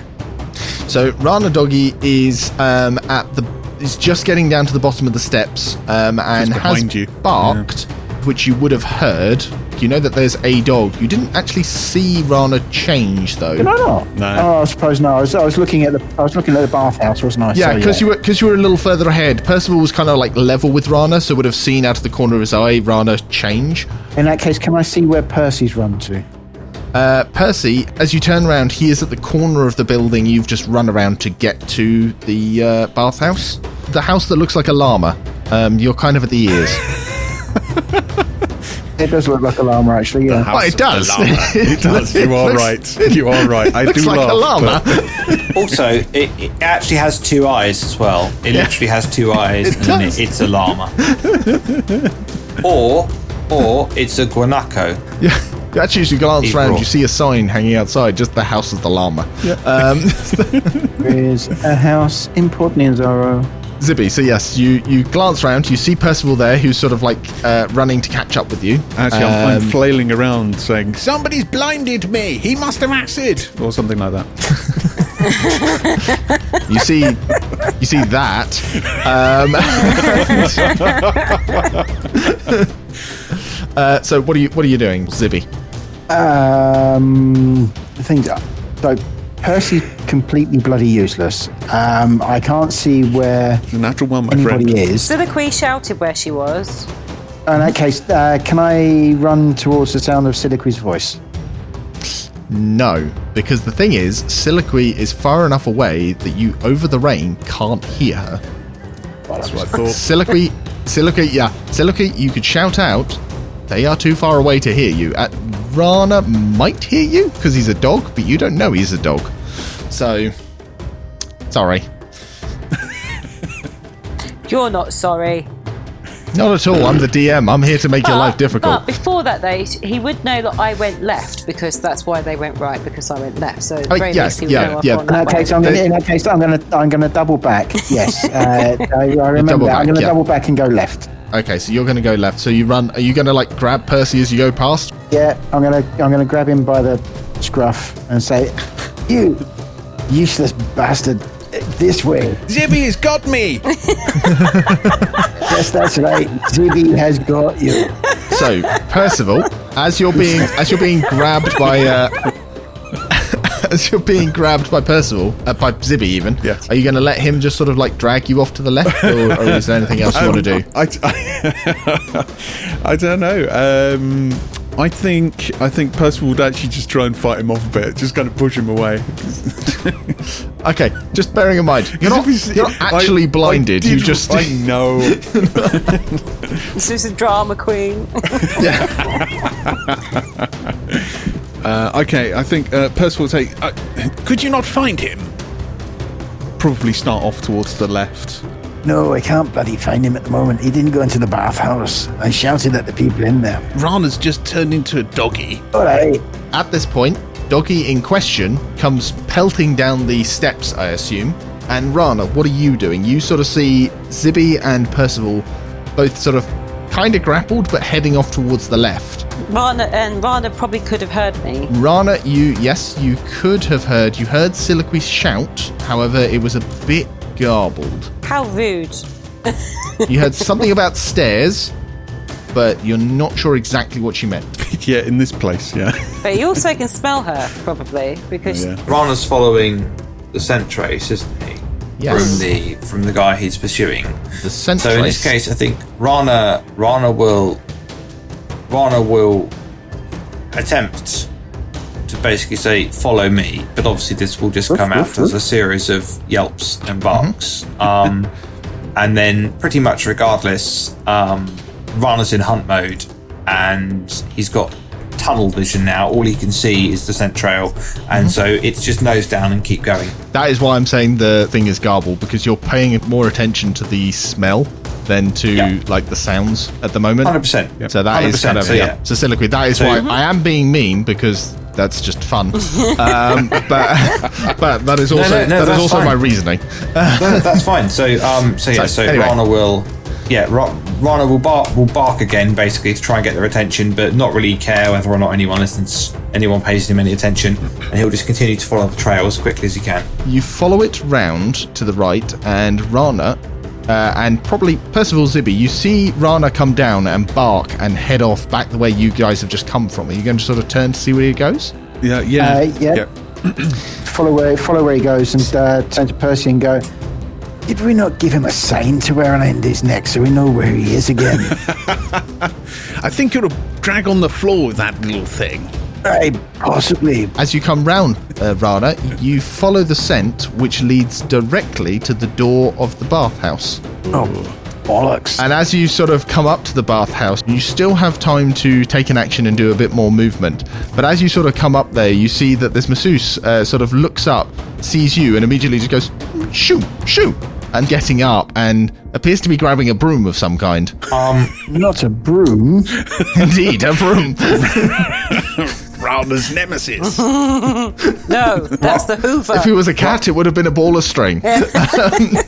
So Rana Doggy is um, at the is just getting down to the bottom of the steps um, and behind has you. barked, which you would have heard. You know that there's a dog. You didn't actually see Rana change though. Did I not? No. Oh, I suppose no. I was, I was looking at the I was looking at the bathhouse, wasn't I? Yeah, So, because you were because you were a little further ahead. Percival was kind of like level with Rana, so would have seen out of the corner of his eye Rana change. In that case, can I see where Percy's run to? Uh, Percy, as you turn around, he is at the corner of the building you've just run around to get to the uh, bathhouse. The house that looks like a llama. Um, you're kind of at the ears. It does look like a llama, actually. Yeah. Well, it does. it That's- you are looks- right. You are right. I looks do like laugh. a llama. but- Also, it, it actually has two eyes as well. It literally has two eyes, and does. it, it's a llama. or, or it's a guanaco. Yeah. You Actually, as you glance April. round, you see a sign hanging outside, just the house of the llama. Um, There is a house in Port Nianzaro. Zibby, so yes, you, you glance round, you see Percival there, who's sort of like uh, running to catch up with you. Actually, I'm, I'm Um, flailing around saying Somebody's blinded me. He must have acid. or something like that. you see, you see that. Um, uh, so what are you what are you doing, Zibby? Um, I think so. Percy's completely bloody useless. Um, I can't see where It's a natural one, my anybody friend. is. Soliloquy shouted where she was. In that case, uh, can I run towards the sound of Siliqui's voice? No, because the thing is, Siliqui is far enough away that you over the rain can't hear her. That's what I thought. Siliqui, Siliqui, yeah, Siliqui, you could shout out. They are too far away to hear you. At Rana might hear you because he's a dog, but you don't know he's a dog. So, sorry, You're not sorry. not at all. I'm the DM. I'm here to make your life difficult. But before that, though, he would know that I went left because that's why they went right because I went left. So at the very yeah, least he would Oh, yeah, know I've yeah. gone In that that way. case, I'm gonna, They- in that case, I'm gonna, I'm gonna double back. Yes, uh, I, I remember. double back, I'm gonna yeah. double back and go left. Okay, so you're going to go left. So you run. Are you going to like grab Percy as you go past? Yeah, I'm gonna, I'm gonna grab him by the scruff and say, "You useless bastard, this way." Zibby has got me. Yes, that's right. Zibby has got you. So, Percival, as you're being as you're being grabbed by uh, as you're being grabbed by Percival uh, by Zibby, even, Yeah. are you going to let him just sort of like drag you off to the left, or, or is there anything else you want to do? I, I, I don't know. Um, I think I think Percival would actually just try and fight him off a bit, just kind of push him away. Okay, just bearing in mind you're not, Obviously, you're not I- actually I blinded. you did- just I know. She's a drama queen. Uh, okay, I think uh, Percival will take uh, Could you not find him? probably start off towards the left. No, I can't bloody find him at the moment. He didn't go into the bathhouse. I shouted at the people in there. Rana's just turned into a doggy. All right. at this point, Doggy in question comes pelting down the steps, I assume. And Rana, what are you doing? You sort of see Zibby and Percival both sort of kind of grappled but heading off towards the left. Rana and Rana probably could have heard me. Rana, you, yes, you could have heard. You heard Siliqui shout, however, it was a bit garbled. How rude. You heard something about stairs, but you're not sure exactly what she meant. yeah, in this place. Yeah. But you also can smell her probably because Yeah. Rana's following the scent trace, isn't he? Yes. From the from the guy he's pursuing. The scent So in this trace- case, I think Rana Rana will Rana will attempt to basically say follow me, but Mm-hmm. obviously this will just come out as a series of yelps and barks. Um, and then pretty much regardless, um, Rana's in hunt mode, and he's got tunnel vision now. All he can see is the scent trail, Mm-hmm. and so it's just nose down and keep going. That is why I'm saying the thing is garbled because you're paying more attention to the smell than to Yeah. like the sounds at the moment. 100%. Yep. So that is kind 100%, of so yeah. yeah. So soliloquy. That is why I am being mean because that's just fun. um, but but that is also no, no, that is that's also fine. my reasoning. No, that's fine. So, um, so yeah, so, anyway. Rana will, yeah, Ra- Rana will bark, will bark again, basically to try and get their attention, but not really care whether or not anyone listens, anyone pays him any attention, and he'll just continue to follow the trail as quickly as he can. You follow it round to the right, and Rana, uh, and probably Percival Zibby, you see Rana come down and bark and head off back the way you guys have just come from. Are you going to sort of turn to see where he goes? Yeah, yeah. Uh, yeah. Follow where follow where he goes and uh, turn to Percy and go. Did we not give him a sign to where an end is next, so we know where he is again? I think you're a drag on the floor with that little thing. Aye, possibly. As you come round, uh, Rana, you follow the scent which leads directly to the door of the bathhouse. Oh, Bollocks. And as you sort of come up to the bathhouse, you still have time to take an action and do a bit more movement. But as you sort of come up there, you see that this masseuse uh, sort of looks up, sees you, and immediately just goes, shoo, shoo, and getting up and appears to be grabbing a broom of some kind. Not a broom. Indeed, a broom. Rana's nemesis. No, that's the Hoover. if it was a cat, it would have been a ball of string.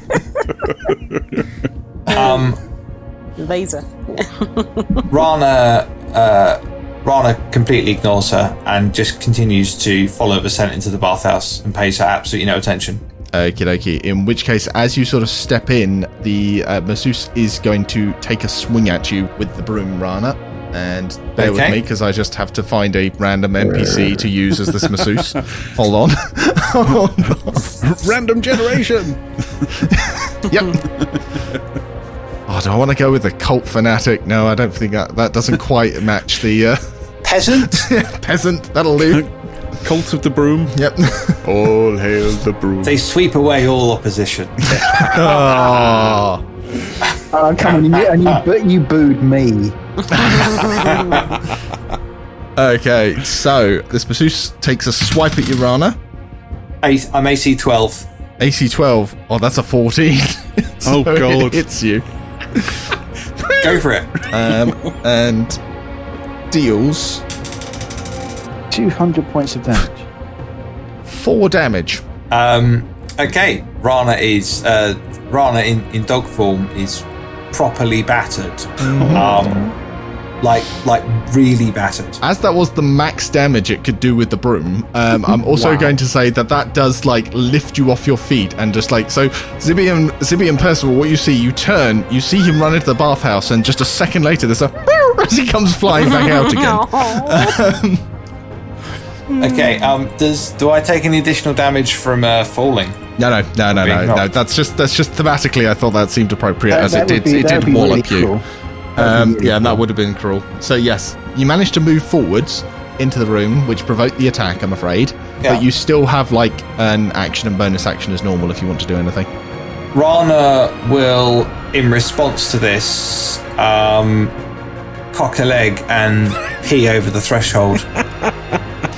Laser. Um, Rana, uh, Rana completely ignores her and just continues to follow the scent into the bathhouse and pays her absolutely no attention. Okie dokie. In which case, as you sort of step in, the uh, masseuse is going to take a swing at you with the broom, Rana. And bear with Okay. me because I just have to find a random NPC to use as this masseuse. Hold on. Hold on. Random generation. Yep. Oh, do I want to go with the cult fanatic? No, I don't think that, that doesn't quite match the uh, Peasant? peasant. That'll do. Cult of the Broom. Yep. All hail the broom. They sweep away all opposition. Ah. Oh, come on, you, and you, boo- you booed me. Okay, so this masseuse takes a swipe at you, Rana. I- I'm AC 12. AC 12. Oh, that's a 14. So Oh, God. It hits you. Go for it. Um, and deals 200 points of damage. four damage. Um, okay, Rana is uh, Rana in, in dog form is properly battered, Mm-hmm. um, like like really battered. As that was the max damage it could do with the broom, um, I'm also going to say that that does like lift you off your feet and just like so. Zibby and Zibby and Percival, what you see, you turn, you see him run into the bathhouse, and just a second later, there's a as he comes flying back out again. Oh. Mm. Okay, um, does do I take any additional damage from uh, falling? No, no, no, no, no, Being no. knocked. That's just that's just thematically. I thought that seemed appropriate That- as that it would did. be- it that would did be really warlock you. cool. Um, yeah, and that would have been cruel. So yes, you managed to move forwards into the room, which provoked the attack. I'm afraid, Yeah. but you still have like an action and bonus action as normal if you want to do anything. Rana will, in response to this, um, cock a leg and pee over the threshold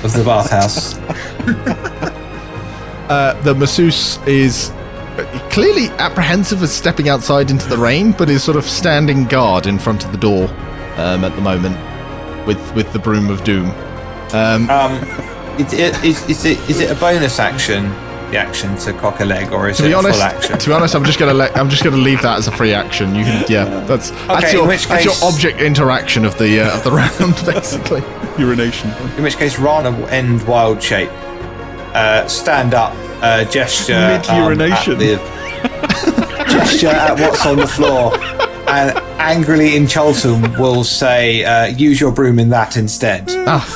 of the bathhouse. Uh, the masseuse is uh, clearly apprehensive of stepping outside into the rain, but is sort of standing guard in front of the door um, at the moment with with the broom of doom. Um, it, it, is, is it is it a bonus action? The action to cock a leg, or is To it be a honest, full action? to be honest, I'm just gonna let I'm just gonna leave that as a free action. You can, yeah, that's that's Okay, your in which that's your case- object interaction of the uh, of the round basically. Urination. In which case, Rana will end wild shape, uh, stand up, uh, gesture um, at Mid-urination. the gesture at what's on the floor, and angrily in Cholton will say, uh, "Use your broom in that instead." Ah.